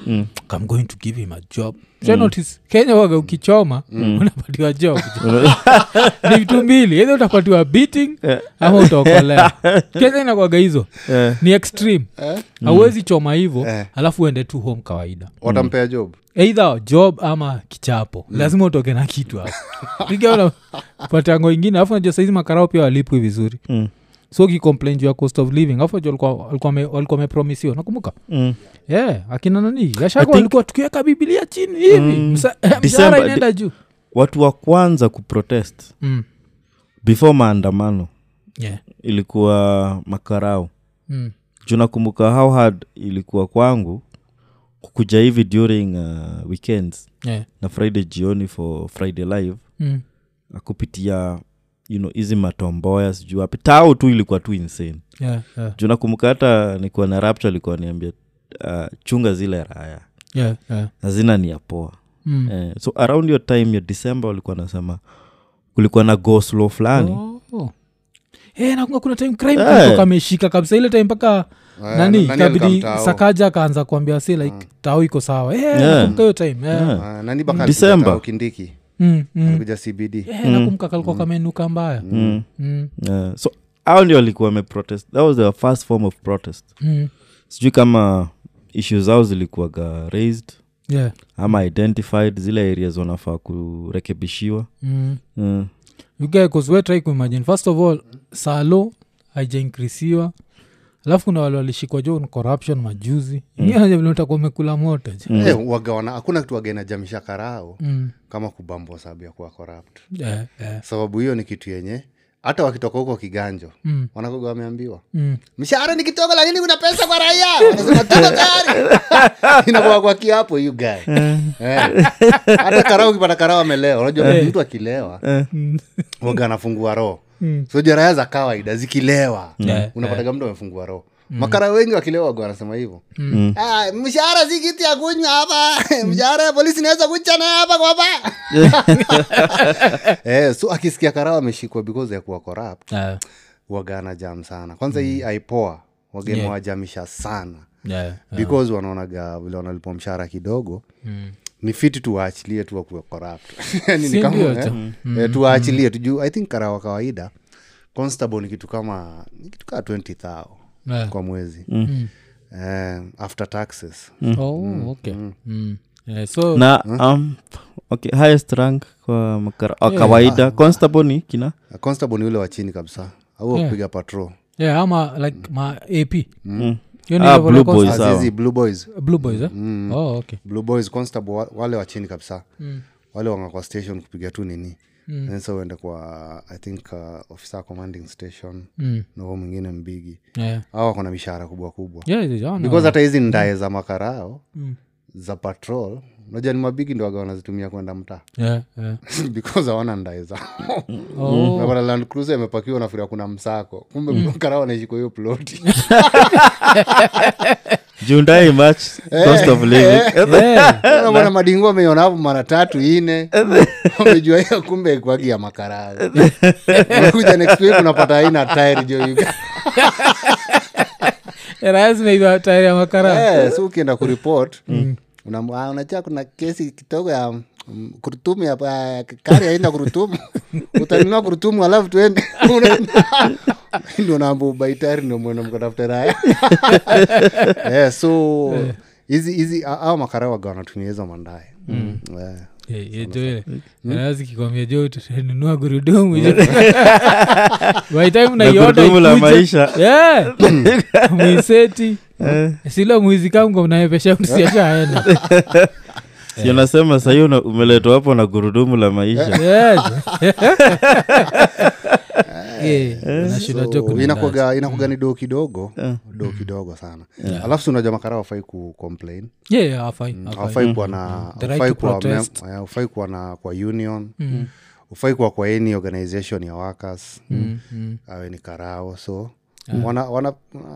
Speaker 2: I'm going to give him a job So notice, kenya waga ukichoma unapatiwa job ni vitu mbili either utapatiwa beating ama utaokolea kenya inakwaga hizo
Speaker 3: Eh.
Speaker 2: ni extreme hauwezi choma hivo alafu uende tu home kawaida
Speaker 4: watampea job Eh,
Speaker 2: eidha job ama kichapo
Speaker 3: Mm.
Speaker 2: lazima utoke na kitu hapo ikiwa patango ingine alafu najua saizi makarao pia walipwi vizuri
Speaker 3: Mm.
Speaker 2: so ukicomplain juu ya cost of living alafu najua walikuwa- walikuwa wame- walikuwa wamepromisiwa nakumbuka
Speaker 3: Mm.
Speaker 2: yeah, akina nani yashaka
Speaker 3: think- Mm.
Speaker 2: walikuwa tukiweka bibilia chini hivi Msa- eh, mshahara
Speaker 3: December-
Speaker 2: inaenda juu
Speaker 3: watu wa kwanza kuprotest
Speaker 2: Mm.
Speaker 3: before maandamano
Speaker 2: Yeah.
Speaker 3: ilikuwa makarau
Speaker 2: Mm.
Speaker 3: juu nakumbuka how hard ilikuwa kwangu kukuja hivi during uh, weekends
Speaker 2: Yeah.
Speaker 3: na friday jioni for friday live
Speaker 2: Mm.
Speaker 3: na kupitia you know hizi matomboya sijuu wapi tao tu ilikuwa tu insane
Speaker 2: Yeah, yeah,
Speaker 3: juu nakumbuka hata nikuwa na rapture alikuwa niambia uh, chunga zile raya
Speaker 2: yeah, yeah.
Speaker 3: hazina ni ya poa
Speaker 2: Mm.
Speaker 3: eh, so around your time ya december walikuwa nasema kulikuwa na go slow fulani
Speaker 2: Oh, oh. Eh, nakumbuka kuna time crime
Speaker 3: Eh.
Speaker 2: yeah. kameshika kabisa ile time mpaka
Speaker 4: Eh,
Speaker 2: nani
Speaker 4: nani alikamtaa
Speaker 2: kabidi
Speaker 4: huo?
Speaker 2: sakaja akaanza kuambia si like tao iko sawa Eh, nakumbuka hiyo time eh.
Speaker 3: Yeah.
Speaker 4: Ah, nani baka
Speaker 3: December.
Speaker 4: alikuja kindiki
Speaker 2: Mm, mm.
Speaker 4: alikuja cbd
Speaker 2: Eh, nakumbuka kalikuwa kamenuka mbaya
Speaker 3: Mm.
Speaker 2: Mm,
Speaker 3: Eh, so hao ndio walikuwa wameprotest that was their first form of protest
Speaker 2: mm.
Speaker 3: sijui kama issue zao zilikuwaga raised
Speaker 2: Yeah.
Speaker 3: ama identified zile areas wanafaa kurekebishiwa
Speaker 2: Mm.
Speaker 3: mm.
Speaker 2: You guys, 'cause we try kuimagine first of all salo haijainkrisiwa alafu kuna wale walishikwa jo na corruption majuzi
Speaker 3: Mm.
Speaker 2: nitakuwa umekula moto je
Speaker 4: Eh, wagawana hakuna kitu wagaena jamisha karao
Speaker 2: Mm.
Speaker 4: kama kubambwa sababu ya kuwa corrupt
Speaker 2: Eh, eh.
Speaker 4: sababu hiyo ni kitu yenye hata wakitoka huko kiganjo
Speaker 2: Mm.
Speaker 4: wanakoga wameambiwa
Speaker 2: Mm.
Speaker 4: mshahara ni kidogo lakini kuna pesa kwa raia Wanasema, "Tuko tayari." inakuwa kwa kiapo you guy Eh. hata karao ukipata karao amelewa unajua mtu akilewa waga anafungua roho so juu raia za kawaida zikilewa
Speaker 2: Eh,
Speaker 4: unapataga mtu amefungua roho makara wengi wakilewa waga wanasema hivyo "Ah, mshahara si kitu ya kunywa hapa mshahara ya polisi inaweza kuchana hapa kwa ba eh, so akisikia karao ameshikwa because ya kuwa corrupt
Speaker 2: Eh,
Speaker 4: wagana jam sana kwanza hii aipoa wageni
Speaker 2: Mm. Yeah.
Speaker 4: wajamisha sana
Speaker 2: eh.
Speaker 4: because wanaonaga vile wanalipwa mshahara kidogo mm. ni fiti tuwaachilie tu wakuwe corrupt yani
Speaker 2: Si
Speaker 4: ni kama
Speaker 2: ndio, Mm.
Speaker 4: eh,
Speaker 2: cha-
Speaker 4: eh, tuwaachilie tujuu i think karawa kawaida constable ni kitu kama ni kitu kaa 20 thao
Speaker 2: Eh.
Speaker 4: kwa mwezi
Speaker 2: Mm.
Speaker 4: eh, after taxes
Speaker 2: Oh, okay. Mm. Eh, so
Speaker 3: na um, okay, highest rank kwa makara, yeah. kawaida constable ni kina
Speaker 4: A constable ni ule wa chini kabisa au
Speaker 2: Yeah.
Speaker 4: kupiga patrol
Speaker 2: yeah, ama like ma ap
Speaker 3: mm.
Speaker 2: Hiyo ni
Speaker 3: ah,
Speaker 2: level ya
Speaker 3: blue
Speaker 2: kwanza.
Speaker 3: boys
Speaker 4: As
Speaker 3: hao.
Speaker 4: hizi blue boys
Speaker 2: blue boys eh?
Speaker 3: Mm-hmm.
Speaker 2: oh, okay.
Speaker 4: blue boys constable wa- wale wa chini kabisa mm. wale wanga kwa station kupiga tu nini mm. then sa uende kwa i think uh, officer commanding station
Speaker 2: Mm.
Speaker 4: na huo mwingine mbigi
Speaker 2: Yeah.
Speaker 4: au wako na mishahara kubwa kubwa
Speaker 2: Yeah, yeah, yeah, no.
Speaker 4: because hata hizi ndae za makarao mm. za patrol unajua ni mabigi ndo waga wanazitumia kwenda mtaa
Speaker 2: Yeah, yeah.
Speaker 4: because hawana ndae zao
Speaker 3: Mm.
Speaker 2: Oh.
Speaker 4: napata land cruiser imepakiwa nafiria kuna msako kumbe mm. karao anaishi kwa hiyo ploti
Speaker 3: Juu ndai match cost of living
Speaker 2: Yeah.
Speaker 4: bwana madingo ameiona hapo mara tatu ine amejua hiyo kumbe kwagi ya makarao kuja next week unapata aina tairi jo you guys.
Speaker 2: Raia zinaitwa tayari ya makara
Speaker 4: Eh, so ukienda kuripot unam- ah, unajua kuna kesi kidogo ya mm, kurutumu ya pa- kari aina kurutumu utanunua kurutumu alafu tuende Unaenda. ndio naamba ubaitari ndio mwenda mkatafuta raya Eh, so hizi hizi a- hao makarao waga wanatumia hizo mandae Eh.
Speaker 2: Eh, eh, jo ile.
Speaker 3: Hmm?
Speaker 2: Raia zikikwambia jo tutanunua gurudumu jo. By time unaiona
Speaker 3: gurudumu la
Speaker 2: ikuje.
Speaker 3: maisha. Eh.
Speaker 2: Yeah. mwiseti silo mwizi kangu unayepesha msiashaenda
Speaker 3: si unasema sahii una- umeletwa hapo na gurudumu la maisha Eh.
Speaker 4: So, inakuwaga inakuwaga
Speaker 2: Mm.
Speaker 4: ni doo kidogo doo kidogo sana alafu si unajua makara wafai ku complain
Speaker 3: Mm.
Speaker 4: hawafai kuwa na
Speaker 2: Mm-hmm. The right
Speaker 4: hawafai
Speaker 2: to
Speaker 4: kuwa mem-
Speaker 2: protest. Mm-hmm.
Speaker 4: eh, hawafai kuwa na kwa union hufai kuwa kwa any organization ya workers
Speaker 2: Mm-hmm.
Speaker 4: awe ni karao so wana wana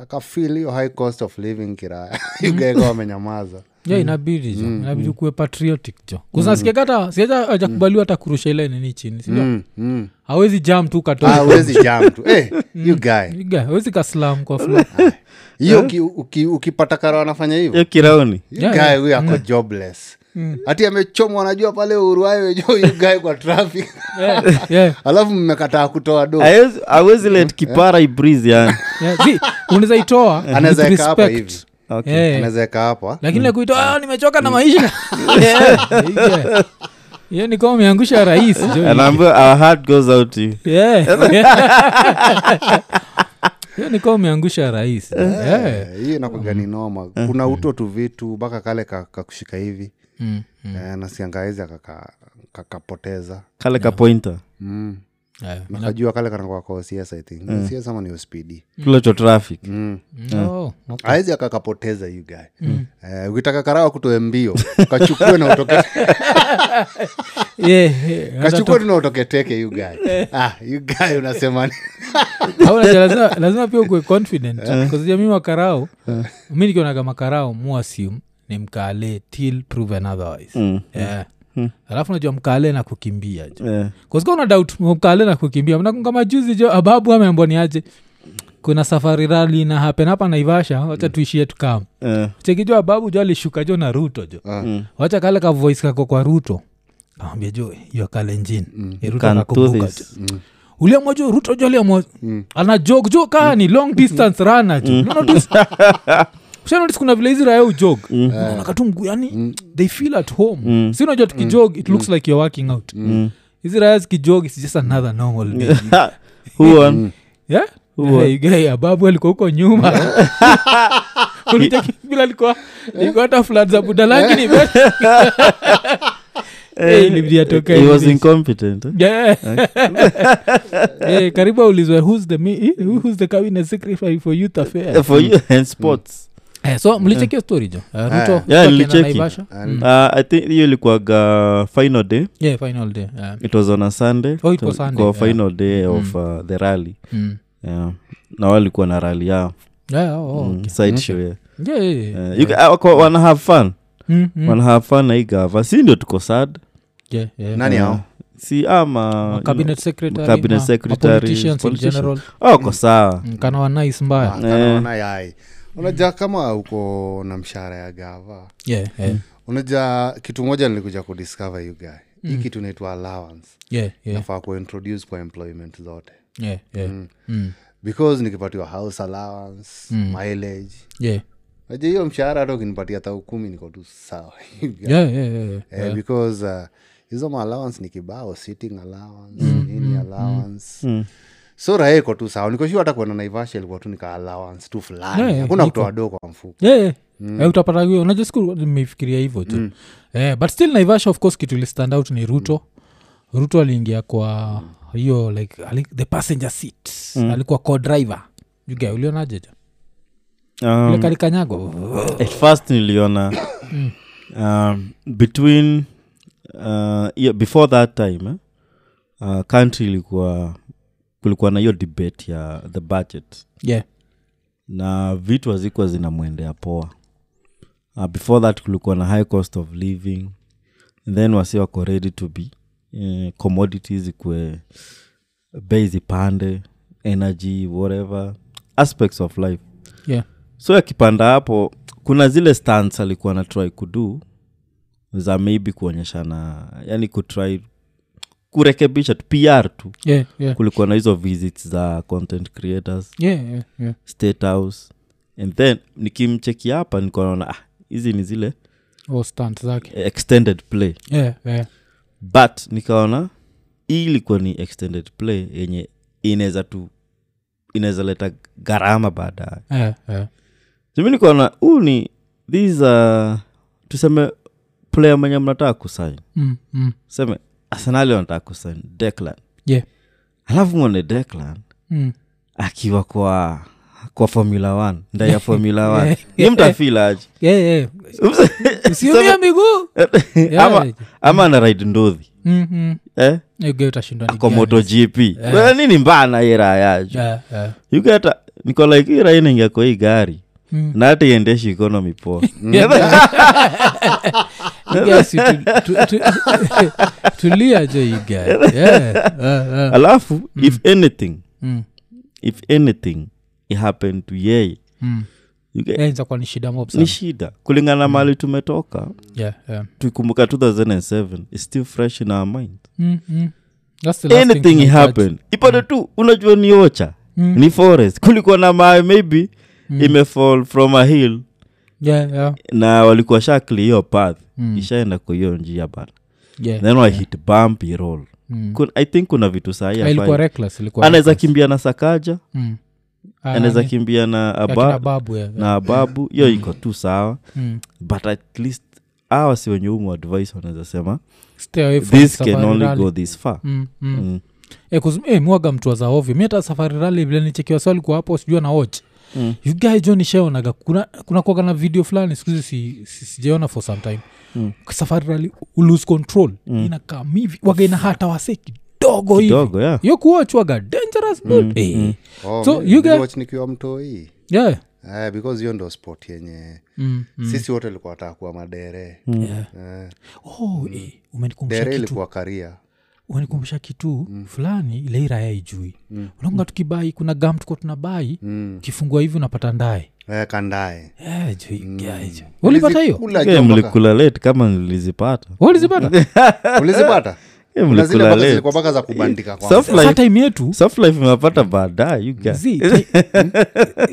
Speaker 4: kafil hiyo high cost of living kiraya ugaeka wamenyamaza
Speaker 2: yeah, inabidi jo
Speaker 4: Mm,
Speaker 2: inabidi kuwe patriotic jo kuzinasikiaga hata siaja ajakubaliwa hata kurusha ile nini chini sindio
Speaker 4: Mm, mm.
Speaker 2: hawezi jam tu
Speaker 4: Ah,
Speaker 2: katoa
Speaker 4: huwezi jam tu Eh, you
Speaker 2: Mm.
Speaker 4: guy
Speaker 2: hawezi kaslam kwa fula Eh?
Speaker 4: hiyo uki- uki- ukipata kara wanafanya hivyo
Speaker 3: hiyo kirauni
Speaker 4: You
Speaker 2: Yeah,
Speaker 4: guy
Speaker 2: yeah. Mm.
Speaker 4: huyo ako jobless hati amechomwa najua pale uruayo jo you guy kwa traffic
Speaker 2: yeah, yeah.
Speaker 4: alafu mmekataa kutoa do
Speaker 3: Hawezi- hawezi let kipara ibrizi yani
Speaker 2: yeah. See, unaweza itoa with
Speaker 4: Anaweza weka hapa
Speaker 2: respect.
Speaker 4: hivi.
Speaker 3: Okay.
Speaker 2: Yeah, yeah.
Speaker 4: anawezeka hapa
Speaker 2: lakini mm. kuitoa "Ah, nimechoka na maisha Yeah. hiyo ni kama umeangusha rais jo.
Speaker 3: anaambiwa our heart goes out to you
Speaker 2: Yeah. hiyo ni kama umeangusha rais yeah. Mm.
Speaker 4: Eh, hiyo inakuga ni noma kuna uto tu vitu mpaka kale ka- kakushika hivi
Speaker 2: mm.
Speaker 4: Eh, na siangaizi akaka- kakapoteza
Speaker 3: kale kapointa
Speaker 4: mm.
Speaker 2: yeah.
Speaker 4: nakajua kale kanakua kwa cs i think cs ama ni ospd
Speaker 3: kile cho traffic
Speaker 4: mm.
Speaker 2: No.
Speaker 4: aezi akakapoteza you guy
Speaker 2: Mm.
Speaker 4: eh, ukitaka karawa kutoe mbio kachukue na utoke
Speaker 2: Yeah, yeah.
Speaker 4: kachukue tu na utoketeke you guy ah, you guy unasema ni-
Speaker 2: Au unajua lazima, lazima pia ukuwe confident
Speaker 3: Eh.
Speaker 2: Kwa sababu mi makarao mi nikionaga makarao muasium ni mkale till proven otherwise
Speaker 3: Mm.
Speaker 2: yeah. alafu najua mkale na kukimbia jo
Speaker 3: Yeah.
Speaker 2: kasika una doubt mkale na kukimbia Mna kama juzi jo ababu ameambwa ni aje kuna safari rali na hapen hapa naivasha
Speaker 3: Mm.
Speaker 2: wacha tuishie tukam
Speaker 3: Eh.
Speaker 2: chekijo ababu jo alishuka jo na ruto jo
Speaker 3: Mm.
Speaker 4: Ah.
Speaker 2: wacha kale ka voice kako kwa ruto kawambia jo hiyo kalenjini ruto
Speaker 3: Can do
Speaker 2: akakumbuka jo
Speaker 3: this.
Speaker 2: uliamua jo ruto jo aliamua ana jog jo kaa ni long distance rana
Speaker 3: Mm.
Speaker 2: jo You notice- Ushanotice kuna vile hizi raya ujog
Speaker 3: Mm.
Speaker 2: nakatu mguu yani they feel at home si unajua tukijog it
Speaker 3: Mm.
Speaker 2: looks like you're working out hizi raya zikijog is just another normal day
Speaker 3: Ha, who won?
Speaker 2: yeah? Hey, guy, ababu alikuwa huko nyuma kulichakibila likuwa likuwa hata fulani za buda lakini Hey, ilibidi atoke
Speaker 3: he was
Speaker 2: hivi.
Speaker 3: incompetent eh?
Speaker 2: Yeah. Eh, karibu aulizwe who's the mi- eh, who's the cabinet secretary for youth affairs
Speaker 3: Eh, for you and sports
Speaker 2: Eh, so mlichekio story jo Eh, Ruto- Ruto
Speaker 3: Yeah,
Speaker 2: akienda
Speaker 3: nilicheki.
Speaker 2: Naivasha? Mm.
Speaker 3: uh, i think hiyo ilikuwaga final day
Speaker 2: Yeah, final day yeah.
Speaker 3: it was on a sunday
Speaker 2: Oh, it was
Speaker 3: It was
Speaker 2: Sunday,
Speaker 3: kwa
Speaker 2: yeah.
Speaker 3: final day of uh, the rally
Speaker 2: Mm.
Speaker 3: yeah. na walikuwa na rally yao
Speaker 2: Yeah, oh,
Speaker 3: Mm,
Speaker 2: okay.
Speaker 3: side show, yeah.
Speaker 2: Yeah, yeah, yeah.
Speaker 3: Eh, you ca- wako- wana have fun
Speaker 2: Mm, mm.
Speaker 3: wana have fun na hii gava si ndio tuko sad Eh,
Speaker 2: Yeah, yeah.
Speaker 4: nani hao
Speaker 3: si ama
Speaker 2: Ma
Speaker 3: you know,
Speaker 2: cabinet secretary,
Speaker 3: cabinet
Speaker 2: ma- ma
Speaker 3: secretary,
Speaker 2: politicians in
Speaker 3: politicians.
Speaker 2: general.
Speaker 3: wako Ah, sawa
Speaker 2: Mm, kana wa nice mbaya
Speaker 4: Ah, kanaona yai unajua kama uko na mshahara ya gava
Speaker 2: yeah, yeah.
Speaker 4: unaja kitu moja nilikuja kudiscover you guy hii kitu inaitwa allowance
Speaker 2: yeah, yeah,
Speaker 4: nafaa kuintroduce kwa employment zote
Speaker 2: yeah,
Speaker 4: Eh.
Speaker 2: yeah. Mm,
Speaker 4: because nikipatiwa house allowance mm. mileage
Speaker 2: yeah,
Speaker 4: naja hiyo mshahara hata ukinipatia tau kumi niko tu sawa you guy.
Speaker 2: yeah, yeah, yeah, yeah.
Speaker 4: Eh, because uh, hizo maallowance ni kibao sitting allowance mm. nini allowance mm. so raha iko tu sawa nikoshua hata kuenda naivasha ilikuwa tu nika allowance tu fulani
Speaker 2: Yeah,
Speaker 4: hakuna
Speaker 2: iko.
Speaker 4: kutoa do kwa mfuko
Speaker 2: Yeah, yeah. Eh, utapata hiyo unajua siku nimeifikiria hivyo tu eh, but still naivasha of course kitu ili stand out ni ruto ruto aliingia kwa hiyo like ali, the passenger seat alikuwa co driver juga ulionaje jo
Speaker 3: um,
Speaker 2: um, kalikanyagwa
Speaker 3: at first niliona um, between uh, yeah, before that time eh, uh, country ilikuwa kulikuwa na hiyo debate ya the budget
Speaker 2: yeah.
Speaker 3: na vitu hazikuwa zinamwendea poa uh, before that kulikuwa na high cost of living then wasi wako ready to be eh, commodities ikue bei zipande energy whatever aspects of life
Speaker 2: yeah.
Speaker 3: so akipanda hapo kuna zile stance alikuwa na try kudu za maybe kuonyeshana yani kutry kurekebisha tu pr tu
Speaker 2: yeah, yeah.
Speaker 3: kulikuwa na hizo visits za content creators
Speaker 2: yeah, yeah, yeah.
Speaker 3: state house and then nikimcheki hapa nilikuwa naona ah, hizi ni zile
Speaker 2: Oh, stunt zake
Speaker 3: extended play
Speaker 2: yeah, yeah.
Speaker 3: but nikaona hii ilikuwa ni extended play yenye inaweza tu inaweza leta gharama baadaye
Speaker 2: Yeah, yeah.
Speaker 3: simi nikaona huu ni these are tuseme player mwenye mnataka kusain
Speaker 2: Mm, mm.
Speaker 3: seme arsenali wanataka kusain declan
Speaker 2: yeah.
Speaker 3: alafu mwone declan
Speaker 2: Mm.
Speaker 3: akiwa kwa kwa formula 1 ndani ya formula 1 ni mtafilaji
Speaker 2: yeah, yeah. usiumia miguu Yeah,
Speaker 3: Eh, ama,
Speaker 2: yeah.
Speaker 3: ama ana ride ndodhi
Speaker 2: Mm, mm.
Speaker 3: eh?
Speaker 2: Eh, geu utashindwa ni
Speaker 3: ako
Speaker 2: gani.
Speaker 3: motogp yeah. nini mbana irayajo
Speaker 2: Yeah, yeah.
Speaker 3: yugata niko like hii rainaingia kwa hii gari na hata iendeshi economy poa
Speaker 2: You guys, you tu- tu- tu- tulia jo you guy. Yeah. Uh, uh.
Speaker 3: alafu mm. if anything
Speaker 2: Mm.
Speaker 3: if anything ihappen to yeye
Speaker 2: Mm.
Speaker 3: you get-
Speaker 2: Eh, itakuwa ni shida mob
Speaker 3: ni
Speaker 2: sana
Speaker 3: shida kulingana
Speaker 2: Mm.
Speaker 3: na mali tumetoka
Speaker 2: yeah, yeah.
Speaker 3: tuikumbuka 2007 is still fresh in our mind
Speaker 2: Mm, mm. That's the last thing Mm.
Speaker 3: anything
Speaker 2: tunahitaji.
Speaker 3: happen ipate tu unajua ni ocha
Speaker 2: Mm.
Speaker 3: ni forest kulikuwa na mawe maybe imefall from a hill
Speaker 2: Yeah, yeah.
Speaker 3: na walikuwa shakli hiyo path
Speaker 2: Mm.
Speaker 3: ishaenda kwa hiyo njia bana
Speaker 2: Yeah.
Speaker 3: then wahit bump iroll
Speaker 2: Mm.
Speaker 3: Kun- i think kuna vitu sahi
Speaker 2: Ah, ilikuwa
Speaker 3: afai.
Speaker 2: reckless, ilikuwa
Speaker 3: anaweza
Speaker 2: reckless.
Speaker 3: kimbia na sakaja
Speaker 2: Mm. Ah,
Speaker 3: anaweza
Speaker 2: nani?
Speaker 3: kimbia na
Speaker 2: Ya
Speaker 3: aba,
Speaker 2: kina babu yeah, yeah.
Speaker 3: na ababu hiyo iko tu sawa
Speaker 2: Mm.
Speaker 3: but at least awa si wenye umu advice wanaweza sema
Speaker 2: Stay away from
Speaker 3: this can
Speaker 2: safari
Speaker 3: only
Speaker 2: rally.
Speaker 3: go this far
Speaker 2: Mm, mm.
Speaker 3: Mm.
Speaker 2: Eh, kuzum- eh, mwaga mtu waza ovyo mi hata safari rali vile nichekiwa swali kwa hapo sijua na watch
Speaker 3: Mm.
Speaker 2: you guys jo nishaonaga kuna, kuna kuaga na video fulani sikuzi si, si, sijaona for some time
Speaker 3: Mm.
Speaker 2: safari rali lose control
Speaker 3: Mm.
Speaker 2: inakaa mivi waga inahata wase kidogo hivi
Speaker 3: kidogo Mm, yeah.
Speaker 2: yo kuochwaga dangerous dude. Eh,
Speaker 4: oh,
Speaker 2: So,
Speaker 4: mi-
Speaker 2: you get-
Speaker 4: niliwatch nikiwa mtoi
Speaker 2: yeah.
Speaker 4: Eh, because hiyo ndo sport yenye
Speaker 2: Mm, mm.
Speaker 4: sisi wote likuwa taa kuwa madere Eh,
Speaker 2: Oh, eh, umenikumbusha
Speaker 4: dere
Speaker 2: kitu
Speaker 4: ilikuwa karia
Speaker 2: umenikumbusha kitu fulani ile iraya ijui mm. unaonga tukibai kuna gam tuko tunabai
Speaker 4: Mm.
Speaker 2: ukifungua hivi unapata ndae
Speaker 4: Eh, kandae
Speaker 2: Eh, jui, yeah, jui. ulipata hiyo
Speaker 4: Ulizikula
Speaker 3: Yeah,
Speaker 4: jo mpaka-
Speaker 3: mlikula late kama nilizipata
Speaker 2: ulizipata
Speaker 4: ulizipata
Speaker 3: Yeah,
Speaker 4: Kuna zile
Speaker 3: mlikula
Speaker 4: mpaka
Speaker 3: late.
Speaker 4: zilikuwa mpaka za kubandika kwanza.
Speaker 3: Surf life-
Speaker 2: sa time yetu
Speaker 3: surf life imepata baadaye you guys.
Speaker 2: zi, ti-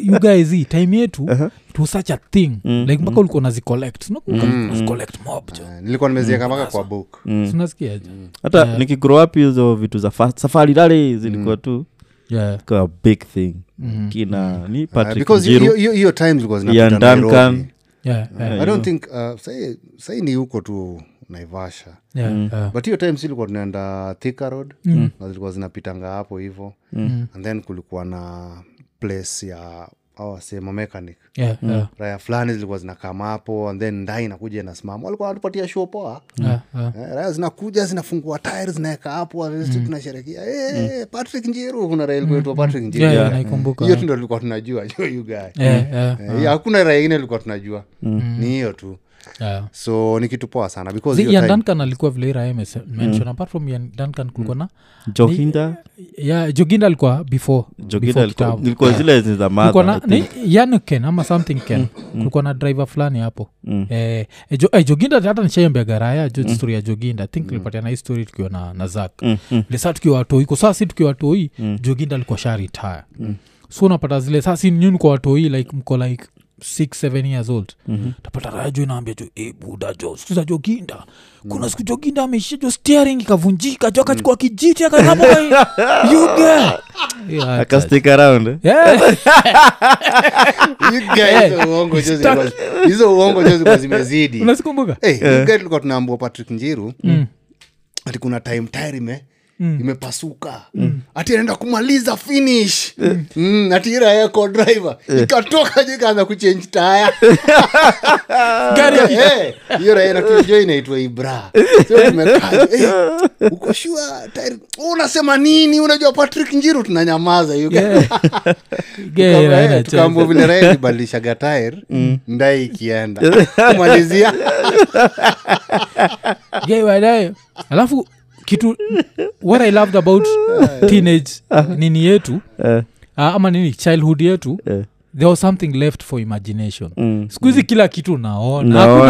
Speaker 2: you guys zi, time yetu
Speaker 3: Uh-huh.
Speaker 2: it was such a thing
Speaker 3: Mm,
Speaker 2: like mpaka ulikuwa unazicollect unakumbuka unazicollect mob jo
Speaker 4: Eh, nilikuwa nimezieka mpaka kwa book
Speaker 2: Mm.
Speaker 4: Eh,
Speaker 3: Mm.
Speaker 2: sinasikia jo
Speaker 4: Mm.
Speaker 3: hata nikigrow up hizo vitu za fa- safari rally
Speaker 4: Mm.
Speaker 3: zilikuwa tu
Speaker 2: yeah.
Speaker 3: ilikuwa a big thing
Speaker 2: Mm.
Speaker 3: kina ni
Speaker 4: Eh,
Speaker 3: patrick
Speaker 4: Mm. because hiyo-
Speaker 3: Njiru,
Speaker 4: hiyo- hiyo time zilikuwa
Speaker 3: Ian
Speaker 4: zinapita
Speaker 3: duncan
Speaker 4: Nairobi.
Speaker 2: Yeah,
Speaker 3: Mm.
Speaker 2: yeah,
Speaker 4: I don't think, uh, sai- sai ni huko tu naivasha
Speaker 2: yeah,
Speaker 3: Mm.
Speaker 2: yeah. Mm,
Speaker 4: but hiyo time si ilikuwa tunaenda thika road na zilikuwa zinapitanga hapo hivo
Speaker 3: mm.
Speaker 4: and then kulikuwa na place ya awasema mechanic
Speaker 2: Yeah,
Speaker 3: Mm.
Speaker 2: yeah,
Speaker 4: raya fulani zilikuwa zinakama hapo and then ndai inakuja inasimama walikuwa wanatupatia show poa
Speaker 3: Mm.
Speaker 2: yeah, yeah.
Speaker 4: Eh, raya zinakujia zinafungua tire zinaweka hapo sisi
Speaker 2: Mm.
Speaker 4: tunasherekea hey, eh, patrick njiru kuna raya ilikuwa itwa patrick njiru
Speaker 2: Yeah, yeah, naikumbuka.
Speaker 4: hiyo tu ndo tulikuwa tunajua yugae
Speaker 3: Mm.
Speaker 2: Yeah, Mm. yeah,
Speaker 4: hakuna raya ingine tulikuwa tunajua ni hiyo tu
Speaker 2: yeah.
Speaker 4: so ni kitu poa sana because
Speaker 2: Zi,
Speaker 4: hiyo
Speaker 2: Ian
Speaker 4: time-
Speaker 2: duncan alikuwa vile ira
Speaker 3: Mm.
Speaker 2: mention apart from Ian duncan kulikuwa na
Speaker 3: johinda
Speaker 2: yeah, joginda alikuwa before
Speaker 3: joginda
Speaker 2: before
Speaker 3: alikuwa-
Speaker 2: kitambo.
Speaker 3: ilikuwa zile zi za
Speaker 2: kulikuwa
Speaker 3: madha
Speaker 2: na
Speaker 3: I think.
Speaker 2: ni- yani ken ama something ken kulikuwa na driver fulani hapo eh, eh, jo, eh, joginda hata nishaembega raya jo story ya joginda I think tulipatia na hii story tukiwa na, na zak lesa tukiwa watoi kwa sasi tukiwa watoi joginda alikuwa sharitaya so unapata zile sasi nyuni kwa watoi like mko like six seven years old mm-hmm. tapata raya jo inaambia jo e buda jo siku za joginda kuna siku joginda ameisha jo steering ikavunjika jo akachukua kijiti akanapoka yuga Yeah,
Speaker 3: Aka stick around eh?
Speaker 2: yeah.
Speaker 4: You
Speaker 2: Ah, eh.
Speaker 4: guys, hizo uongo hizo zilikuwa- hizo uongo hizo zilikuwa zimezidi
Speaker 2: unazikumbuka
Speaker 4: Hey, you guys tulikuwa tunaambua patrick njiru
Speaker 2: Mm.
Speaker 4: ati kuna time tire ime imepasuka
Speaker 2: Mm.
Speaker 4: ati anaenda kumaliza finish Mm, ati ile eco driver ikatoka juu ikaanza kuchange taya
Speaker 2: Gari ya-
Speaker 4: Eh, hiyo raya natujua inaitwa ibra so tumekaa eh, uko shua tire Oh, unasema nini unajua patrick njiru tunanyamaza you guys.
Speaker 2: Yeah. Yeah, yeah, yeah,
Speaker 4: tukaambua eh, vile raya ilibadilishaga tire ndai ikienda kumalizia
Speaker 2: yeah, baadaye. alafu kitu what i loved about teenage nini yetu
Speaker 3: Eh.
Speaker 2: ah, ama nini childhood yetu
Speaker 3: Eh. Mm.
Speaker 2: there was something left for imagination siku hizi kila kitu unaona
Speaker 3: Unaona,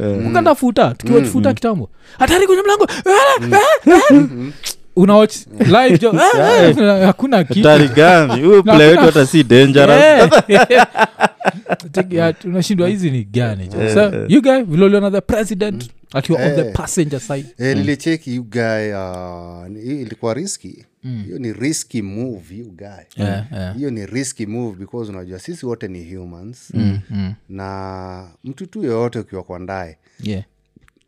Speaker 3: Eh. Mm,
Speaker 2: hakuna hata ukatafuta tukiwachifuta kitambo hatari kwenye mlango eh,
Speaker 3: mm.
Speaker 2: unawach live jo eh, eh, hakuna kitu
Speaker 3: Hatari gani huyu
Speaker 2: Na-
Speaker 3: player wetu hata si dangerous
Speaker 2: Yeah. Take- yeah, tunashindwa hizi ni gani jo? so you guy viloliona the president akiwa on the
Speaker 4: Eh.
Speaker 2: passenger side
Speaker 4: Eh, nilicheki you guy uh, ni- hii ilikuwa riski hiyo ni risky move you guy
Speaker 2: Mm. Yeah, yeah.
Speaker 4: hiyo ni risky move because unajua sisi wote ni humans
Speaker 2: mm.
Speaker 4: na mtu tu yoyote ukiwa kwa ndae
Speaker 2: yeah.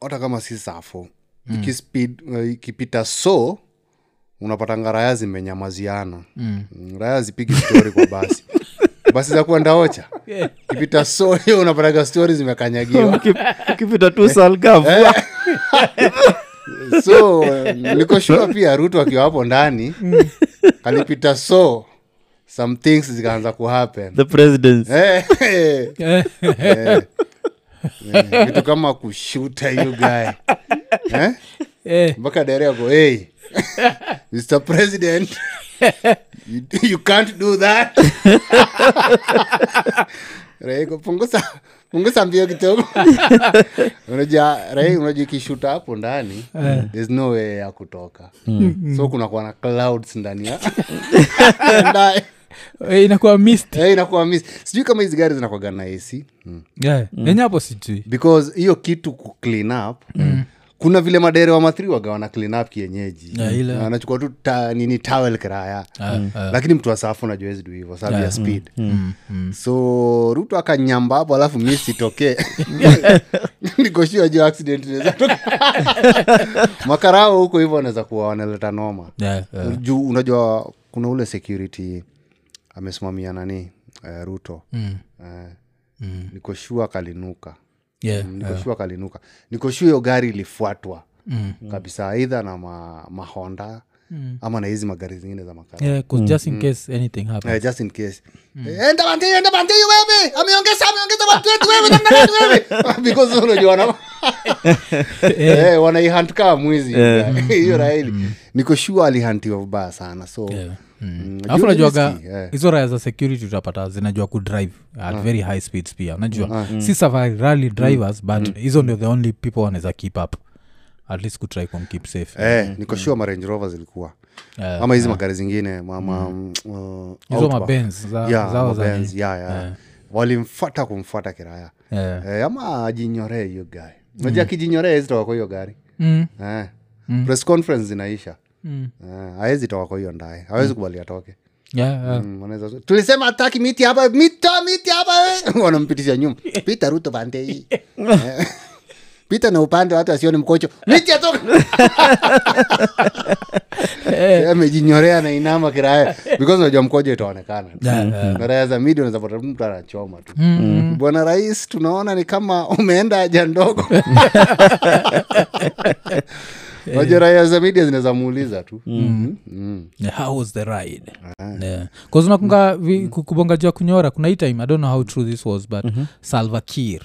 Speaker 4: hata kama si safo ikispeed uh, ikipita so unapata ngaraya zimenyamaziana mm. raya zipigi stori kwa basi basi za kuenda ocha kipita so hiyo unapataga stori zimekanyagiwa Eh?
Speaker 3: Uki- ukipita tu salgavua
Speaker 4: so niko shua pia ruto akiwa hapo ndani kalipita so some things zikaanza kuhappen
Speaker 3: the presidents
Speaker 4: Eh, eh, eh. Eh, vitu kama kushuta hiyo guy Eh?
Speaker 2: Eh.
Speaker 4: mpaka dare yako hey mr president you, you can't do that raiko punguza punguza mbio kidogo unajua rai unajua ikishuta hapo ndani there's no way ya kutoka so kuna kuwa na clouds ndani ya ndani.
Speaker 2: Eh, inakuwa mist
Speaker 4: Eh, inakuwa miss sijui kama hizi gari zinakwaga na ac mm.
Speaker 2: yeah. enye hapo sijui
Speaker 4: because hiyo kitu ku clean up mm. kuna vile madere wa mathri waga wana clean up kienyeji Na wanachukua tu ta, nini towel kraya
Speaker 2: Ah,
Speaker 4: lakini mtu wa safu najua hawezi do hivyo sababu Ah, ya mm. speed
Speaker 2: mm.
Speaker 4: so rutu akanyamba hapo alafu mi sitokee nikoshua juu accident inaweza tokea. makarao huko hivyo wanaweza kuwa wanaleta noma
Speaker 2: yeah, yeah.
Speaker 4: juu unajua kuna ule security amesimamia nani uh, ruto mm. uh, mm. nikoshua kalinuka
Speaker 2: Yeah.
Speaker 4: nikoshua kalinuka nikoshua hiyo gari ilifuatwa mm. kabisa aidha na ma, mahonda mm. ama na hizi magari zingine za makara
Speaker 2: Yeah, 'cause just
Speaker 4: Mm.
Speaker 2: in case anything happens.
Speaker 4: Eh, just in case Eh, enda bandii enda bandii wewe ameongeza ameongeza watu wetu wewe namna gani wewe Ah, because unajua wana eh wanaihunt kama mwizi hiyo rahili niko sure alihantiwa vibaya sana so
Speaker 2: Yeah.
Speaker 4: Mm,
Speaker 2: alafu
Speaker 4: juu
Speaker 2: najuaga
Speaker 4: risky, Ah. eh.
Speaker 2: hizo raya za security utapata zinajua kudrive at very high speeds pia
Speaker 4: Ah,
Speaker 2: unajua
Speaker 4: mm.
Speaker 2: si safari rally drivers but hizo ndio the only people wanaweza keep up at least kutry kumkeep safe
Speaker 4: eh niko sure marange rover zilikuwa
Speaker 2: Eh,
Speaker 4: ama hizi magari zingine mama uh,
Speaker 2: hizo
Speaker 4: Outback.
Speaker 2: mabens za-
Speaker 4: Yeah,
Speaker 2: zao za- Eh.
Speaker 4: mabenz, yeah, yeah. walimfuata kumfuata kiraya
Speaker 2: Yeah.
Speaker 4: eh, ama ajinyoree hiyo gari najua akijinyoree hawezi toka kwa hiyo gari
Speaker 2: Mm.
Speaker 4: eh. press conference zinaisha mm. eh, hawezi toka kwa hiyo ndaye
Speaker 2: Mm.
Speaker 4: hawezi kubali atoke
Speaker 2: Yeah, yeah.
Speaker 4: Mm, wanaweza- tulisema hataki miti hapa mito miti hapa eh. wanampitisha nyuma pita ruto pande hii Eh. pita na upande watu asioni mkocho miti atoka Eh, amejinyorea na inama kiraya because unajua mkojo itaonekana Mm. Na raya za midi unaweza pata mtu anachoma tu Mm. bwana rais tunaona ni kama umeenda haja ndogo najua raya za midi zinaweza muuliza tu Mm.
Speaker 2: Yeah, how was the ride yeah. 'Cause unakumbuka vi- ku- kubonga juu ya kunyora kuna hii time i don't know how true this was but salva kir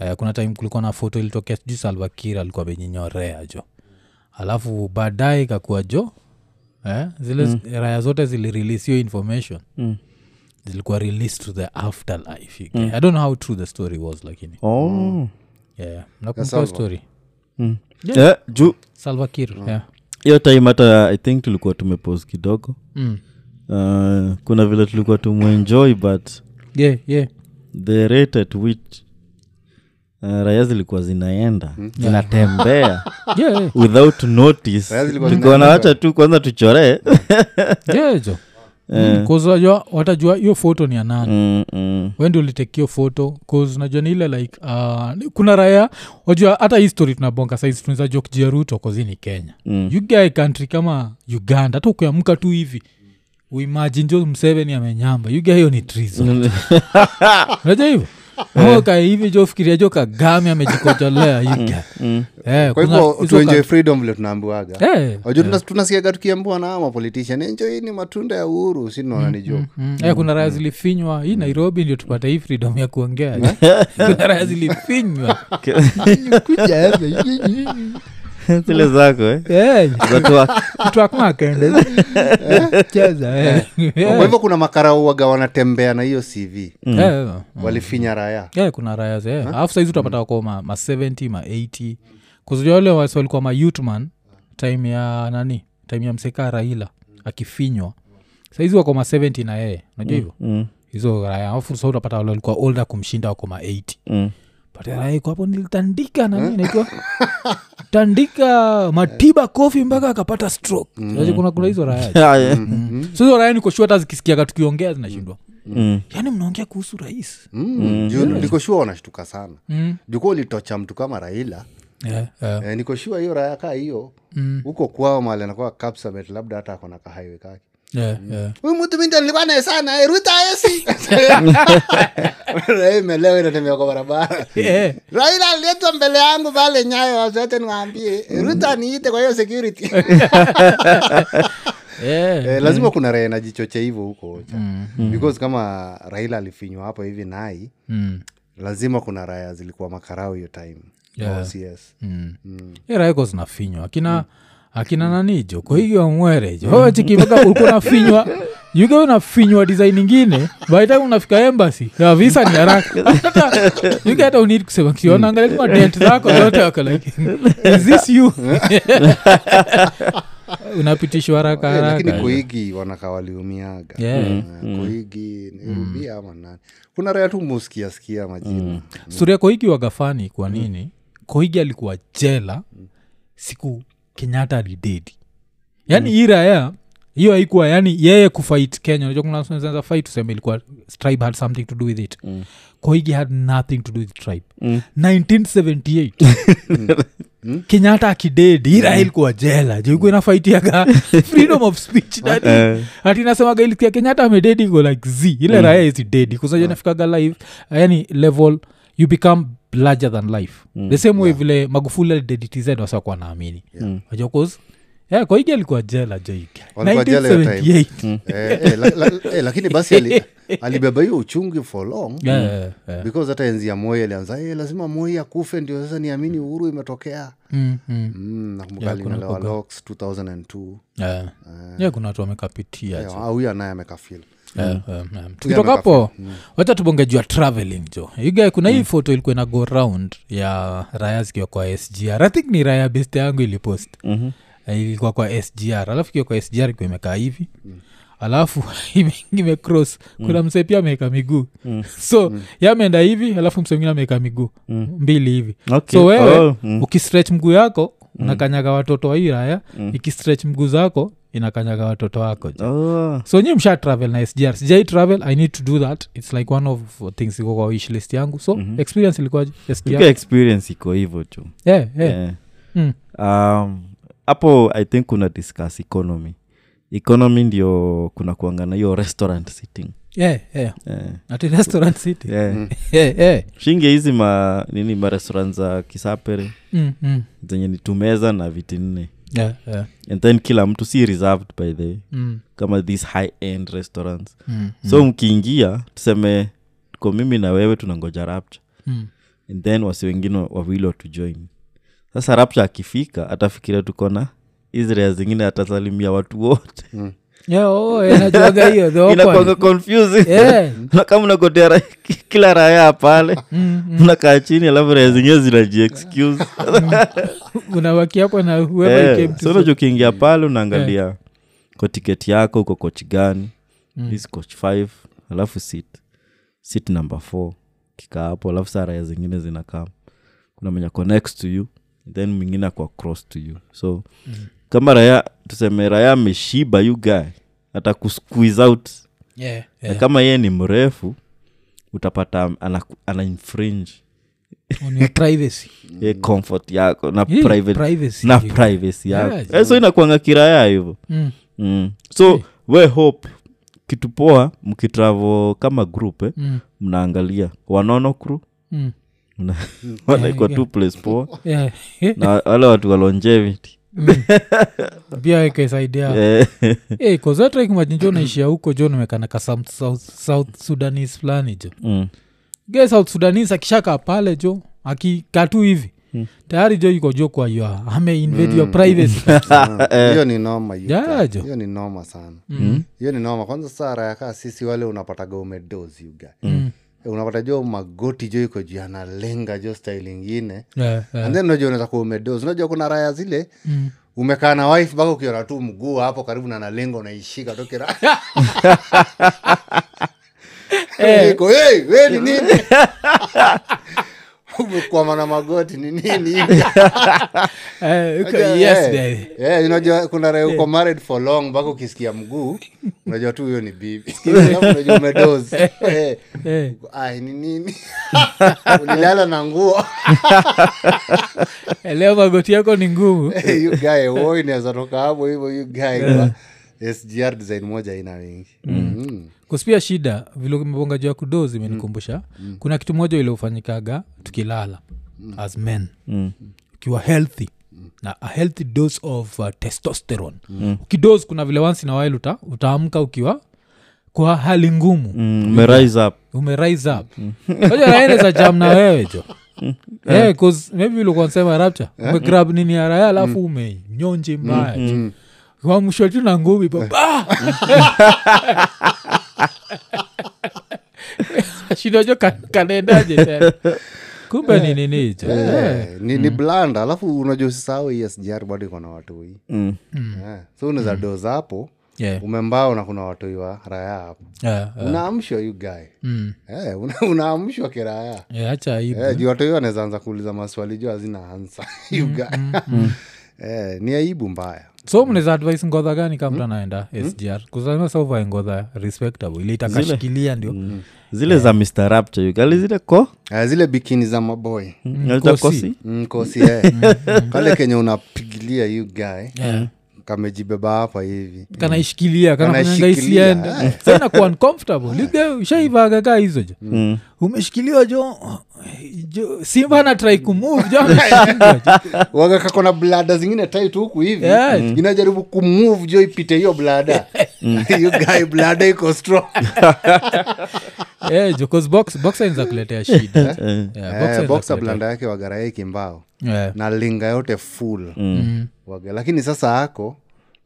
Speaker 2: eh, kuna time kulikuwa na foto ilitokea sijui salva kir alikuwa amenyinyorea jo alafu baadaye ikakuwa jo eh, zile mm. raya zote zilirelease hiyo information mm. zilikuwa released to the afterlife mm. i don't know how true the story was lakini
Speaker 3: oh.
Speaker 2: yeah. nakumbuka hiyo
Speaker 4: Salva.
Speaker 2: story
Speaker 3: Eh, juu
Speaker 2: salva kir yeah.
Speaker 3: hiyo time hata i think tulikuwa tumepos kidogo
Speaker 2: Mm.
Speaker 3: uh, kuna vile tulikuwa tumeenjoy but
Speaker 2: yeah, yeah.
Speaker 3: the rate at which uh, raya zilikuwa zinaenda zinatembea
Speaker 2: yeah, yeah.
Speaker 3: without notice
Speaker 4: Raya zilikuwa
Speaker 3: tukaona wacha tu kwanza tuchoree
Speaker 2: jejo kuzajua Mm, watajua hiyo foto ni ya nani
Speaker 3: Mm, mm.
Speaker 2: wendi ulitekio foto cause najua ni ile like uh, ni- kuna raya wajua hata hii story tunabonga saizi tunaweza jua kijia ruto kozi ni kenya mm. ugae country kama uganda hata ukiamka tu hivi uimajin jo mseveni amenyamba uga hiyo ni trizo unajua hivyo kae hivi jo fikiria jo kagame amejikojolea uga Eh,
Speaker 4: kwa
Speaker 2: kuna
Speaker 4: hivyo
Speaker 2: hizo
Speaker 4: tuenjoy
Speaker 2: country-
Speaker 4: freedom vile tunaambiwaga
Speaker 2: Eh,
Speaker 4: wajua tuna- tunasikiaga tukiambiwa na ama politician enjoy ni matunda ya uhuru sinaona ni joke
Speaker 2: Mm. Eh, kuna raya zilifinywa hii nairobi ndio tupata hii freedom ya kuongea kuna raya zilifinywa Kuja hapa.
Speaker 3: zile zako eh?
Speaker 2: Eh,
Speaker 3: Zatoa-
Speaker 2: mtu hakuwa akaenda. Cheza, eh. Eh,
Speaker 4: kwa hivyo kuna makarau waga wanatembea na hiyo cv
Speaker 2: eh, mm.
Speaker 4: walifinya raya
Speaker 2: Eh, kuna raya ze alafu saizi utapata wako ma, ma 70 ma 80 kuzijua wale wasi walikuwa ma youthman time ya nani time ya mseka raila akifinywa saizi wako ma 70 na yeye unajua hivyo
Speaker 3: mm,
Speaker 2: hizo raya alafu sa utapata wale walikuwa older kumshinda wako ma 80
Speaker 3: mm.
Speaker 2: pataraiko hapo nilitandika nani naitwa tandika matiba kofi mpaka akapata stroke Unajua kuna kuna hizo raya
Speaker 3: Haya.
Speaker 2: Hmm. so hizo raya nikoshua hata zikisikiaga tukiongea zinashindwa
Speaker 3: Mm.
Speaker 2: yaani mnaongea kuhusu rais
Speaker 4: mm. juu niko shua wanashtuka sana
Speaker 2: Mm.
Speaker 4: jukuwa ulitocha mtu kama raila
Speaker 2: Eh, eh.
Speaker 4: eh, niko shua hiyo raya kaa hiyo huko kwao mali anakuwa kapsamet labda hata akona kahaiwe kake
Speaker 2: Eh, eh.
Speaker 4: huyu mtu mimi ndo nilikuwa naye sana eh, ruta esi Raila imelewa inatembea kwa barabara
Speaker 2: Eh,
Speaker 4: raila aliletwa mbele yangu pale nyayo wazote niwaambie ruta niite kwa hiyo security
Speaker 2: Eh,
Speaker 4: eh, lazima kuna raia najichoche hivyo huko cha
Speaker 2: Mm-hmm.
Speaker 4: because kama raila alifinywa hapa hivi nai
Speaker 2: mm,
Speaker 4: lazima kuna raya zilikuwa makarau hiyo time Eh,
Speaker 2: Yeah.
Speaker 4: OCS.
Speaker 2: mm. Hii raiko zinafinywa akina
Speaker 4: Mm.
Speaker 2: akina nani jo kwa hiyo mwere jo oh, chikimeka kulikuwa nafinywa yuga unafinywa design ingine baita unafika embassy ya visa ni haraka Hata you get don't need kusema
Speaker 4: Mm.
Speaker 2: kiona angalia kwa dent zako zote wako like is this you unapitishwa haraka
Speaker 4: Eh, lakini
Speaker 2: haraka
Speaker 4: kuigi wanakaa waliumiaga
Speaker 2: Yeah. Mm-hmm.
Speaker 4: Eh, kuigi ni rubia ama nani kuna raya tu muskiaskia majina
Speaker 2: suria koigi wagafani kwa nini koigi alikuwa jela siku kenyatta alidedi yaani hii raya hiyo haikuwa yani yeye kufight kenya unajua kuna watu wanaanza fight useme ilikuwa tribe had something to do with it koigi had nothing to do with tribe 1978 kenyatta akidedi hii raya ilikuwa jela joikuwa inafaitiaga freedom of speech dadi ati nasemaga ilikia kenyatta amededi go like z ile mm. raya is dead kusaja nafikaga live yani level you become larger than life mm. the same way vile magufuli alideditiz wasakuwa naamini yeah. yeah, koigi alikuwa jela joike
Speaker 4: Walikuwa jela hiyo time.
Speaker 2: 1978
Speaker 4: eh, eh, la, la, eh, lakini basi ali, alibeba hiyo uchungi for long
Speaker 2: Yeah, yeah, yeah.
Speaker 4: because hata enzi ya moi alianza eh, lazima moi akufe ndio sasa niamini uhuru imetokea
Speaker 2: Mm, mm.
Speaker 4: mm, nakumbuka alinelewa lox 2002
Speaker 2: Yeah. Yeah, kuna watu wamekapitia
Speaker 4: Eh, ah, huyo anaye amekafil
Speaker 3: Mm.
Speaker 2: Yeah, yeah, yeah. tukitoka hapo wacha tubonge juu ya traveling jo Yuga, kuna
Speaker 3: Mm.
Speaker 2: hii foto ilikuwa ina go round ya raya zikiwa kwa sgr i think ni raya best yangu ilipost mm-hmm. ilikuwa kwa sgr alafu ikiwa kwa sgr ikiwa imekaa hivi
Speaker 3: Mm.
Speaker 2: alafu ime- imecross kuna msee pia ameweka miguu
Speaker 3: Mm.
Speaker 2: so yameenda hivi alafu msee mwingine ameweka miguu mbili hivi
Speaker 3: Mm. Okay.
Speaker 2: so wewe
Speaker 3: Oh, mm.
Speaker 2: ukistretch mguu yako unakanyaga watoto wa hii raya ikistretch mguu zako inakanyaga watoto wako jo
Speaker 3: Oh.
Speaker 2: so nyi msha travel na sgr sijai travel i need to do that its like one of things iko kwa wish list yangu so
Speaker 3: Mhm.
Speaker 2: mm-hmm. experience ilikuwaje SGR?
Speaker 3: Ilikuwa experience iko hivyo tu
Speaker 2: yeah, yeah.
Speaker 3: Eh.
Speaker 2: Mm.
Speaker 3: Um, hapo i think kuna discuss economy economy ndio kuna kuangana hiyo restaurant sitting
Speaker 2: Yeah, yeah.
Speaker 3: eh,
Speaker 2: Ati restaurant city
Speaker 3: yeah.
Speaker 2: yeah, yeah.
Speaker 3: shinge hizi ma nini marestaurant za kisapere
Speaker 2: Mm, mm.
Speaker 3: zenye ni tumeza na viti nne
Speaker 2: Yeah, yeah.
Speaker 3: and then kila mtu si reserved by the way.
Speaker 2: Mm,
Speaker 3: kama these high end restaurants
Speaker 2: mm,
Speaker 3: so mkiingia tuseme tuko mimi na wewe tunangoja rapture
Speaker 2: mm.
Speaker 3: and then wasi wengine wawili watujoin sasa rapture akifika atafikiria tuko na israel zingine atasalimia watu wote
Speaker 2: Yeah, oh, eh, najuaga hiyo the
Speaker 3: inakwanga
Speaker 2: awkward.
Speaker 3: confusing
Speaker 2: Yeah. mm,
Speaker 3: Na kama unakotea ra- kila raya pale unakaa chini alafu raya zingine zinajiexcuse
Speaker 2: unabaki hapo na whoever you came
Speaker 3: Eh,
Speaker 2: to
Speaker 3: so
Speaker 2: see.
Speaker 3: unajua ukiingia pale unaangalia kwa tiketi yako uko kochi gani
Speaker 2: Mm.
Speaker 3: this coach 5 alafu sit sit number 4 kikaa hapo alafu saa raya zingine zinakaa kuna mwenye ako next to you then mwingine akwa cross to you so
Speaker 2: Mm.
Speaker 3: kama raya tuseme raya ameshiba you guy hata kusqueeze out
Speaker 2: Yeah,
Speaker 3: na
Speaker 2: yeah.
Speaker 3: kama yeye ni mrefu utapata ana, ana infringe
Speaker 2: On your privacy.
Speaker 3: ye comfort yako na
Speaker 2: Yeah,
Speaker 3: private
Speaker 2: privacy.
Speaker 3: na privacy yako
Speaker 2: Yeah,
Speaker 3: Eh, so inakuanga kiraya hivyo
Speaker 2: Mm.
Speaker 3: mm. so we hope kitu poa mkitravo kama group eh,
Speaker 2: Mm,
Speaker 3: mnaangalia wanono crew
Speaker 2: mm.
Speaker 3: mna- wanaikwa
Speaker 2: yeah.
Speaker 3: tu place poa
Speaker 2: Yeah. Mm.
Speaker 3: na wale watu wa longevity
Speaker 2: pia ikaisaidia
Speaker 3: Eh,
Speaker 2: hey, kozatraikimajinjo naishia huko jo nimekanaka some south, south sudanese fulani jo
Speaker 3: mm.
Speaker 2: ge south sudanese akishaka pale jo akikatu hivi tayari jo iko jo kwa yo ameinvade your privacy
Speaker 4: Ah, hiyo ni noma yuta.
Speaker 2: Yeah, Mm. jo.
Speaker 4: hiyo ni noma sana hiyo ni noma kwanza sara yakaa sisi wale unapataga umedozi uga unapata jo magoti jo iko juu analenga jo style ingine
Speaker 2: yeah, yeah.
Speaker 4: and then unajua unaweza kuwa umedozi unajua kuna raya zile
Speaker 2: Mm.
Speaker 4: umekaa na wife mpaka ukiona tu mguu hapo karibu na nalenga unaishika tokira
Speaker 2: Eh.
Speaker 4: iko hey, we ni nini umekwamana magoti ni nini
Speaker 2: Eh, uko-
Speaker 4: Unajua,
Speaker 2: yes,
Speaker 4: eh,
Speaker 2: baby.
Speaker 4: eh, unajua kuna raha uko married for long mpaka ukisikia mguu unajua tu huyo ni bibi unajua umedozi Eh,
Speaker 2: Eh,
Speaker 4: ai ni nini ulilala na nguo
Speaker 2: eh, leo magoti yako ni ngumu
Speaker 4: ugae wo inaweza toka hapo hivyo ugae sgr design moja ina wingi Mhm.
Speaker 2: kuspia shida vile umebonga juu ya kudozi imenikumbusha Hmm.
Speaker 3: mm,
Speaker 2: kuna kitu moja iliofanyikaga tukilala as men ukiwa healthy na a healthy dose of uh, testosteron mm. ukidose kuna vile once na while uta, utaamka ukiwa kwa hali ngumu mm.
Speaker 3: Mm, merise up
Speaker 2: umerise up aja naendeza jam na wewe jo yeah, 'cause maybe ulikuwa nsema rapture umegrab nini araya alafu umenyonje mbaya Eh. mm. Eh. wamshwa tu na ngumi Ah! baba shidojo kanaendaje tena kumbe ni nini hicho
Speaker 4: Eh, ni, ni bland alafu unajua usisahau hii sgr bado iko na watoi mm. yeah. so unaweza doza hapo
Speaker 2: Yeah.
Speaker 4: umembao na kuna watoi wa raya hapo
Speaker 2: Yeah, yeah.
Speaker 4: unaamshwa you guy mm. yeah, una, unaamshwa kiraya
Speaker 2: Yeah, acha aibu.
Speaker 4: Eh, juu watu hiyo wanaweza anza kuuliza maswali juu hazina ansa You
Speaker 2: Mm,
Speaker 4: guy. Eh, ni aibu mbaya
Speaker 2: so mnaweza advise ngodha gani kama mtu anaenda
Speaker 4: Hmm?
Speaker 2: sgr kusema sauvae ngodha respectable ile itakashikilia ndio
Speaker 4: Hmm.
Speaker 3: zile za mr rapture yugali zile ko
Speaker 4: Eh, zile bikini za maboy
Speaker 2: Mm.
Speaker 3: Alita
Speaker 2: kosi.
Speaker 3: kosi
Speaker 4: mkosi
Speaker 2: Mm,
Speaker 4: eh. kale kenye unapigilia you guy kamejibeba hapa hivi
Speaker 2: kanaishikilia
Speaker 4: Kanaishikilia, Ah.
Speaker 2: kanaisienda sanakuwa uncomfortable Lige, ushaivaga kaa hizo jo
Speaker 4: Hmm.
Speaker 2: umeshikiliwa jo jo simba na try kumove jo ameshindwa jo.
Speaker 4: waga kako na blada zingine tait huku hivi Mm.
Speaker 2: Yeah. Mm.
Speaker 4: inajaribu kumove jo ipite hiyo blada You guy blada iko strong
Speaker 2: Eh, jo, 'cause box- boxer inaweza kuletea shida Yeah, boxer
Speaker 4: Eh,
Speaker 2: inaweza
Speaker 4: boxer
Speaker 2: kuletea-
Speaker 4: blanda yake wagarae kimbao
Speaker 2: Yeah.
Speaker 4: na linga yote full Waga- lakini sasa hako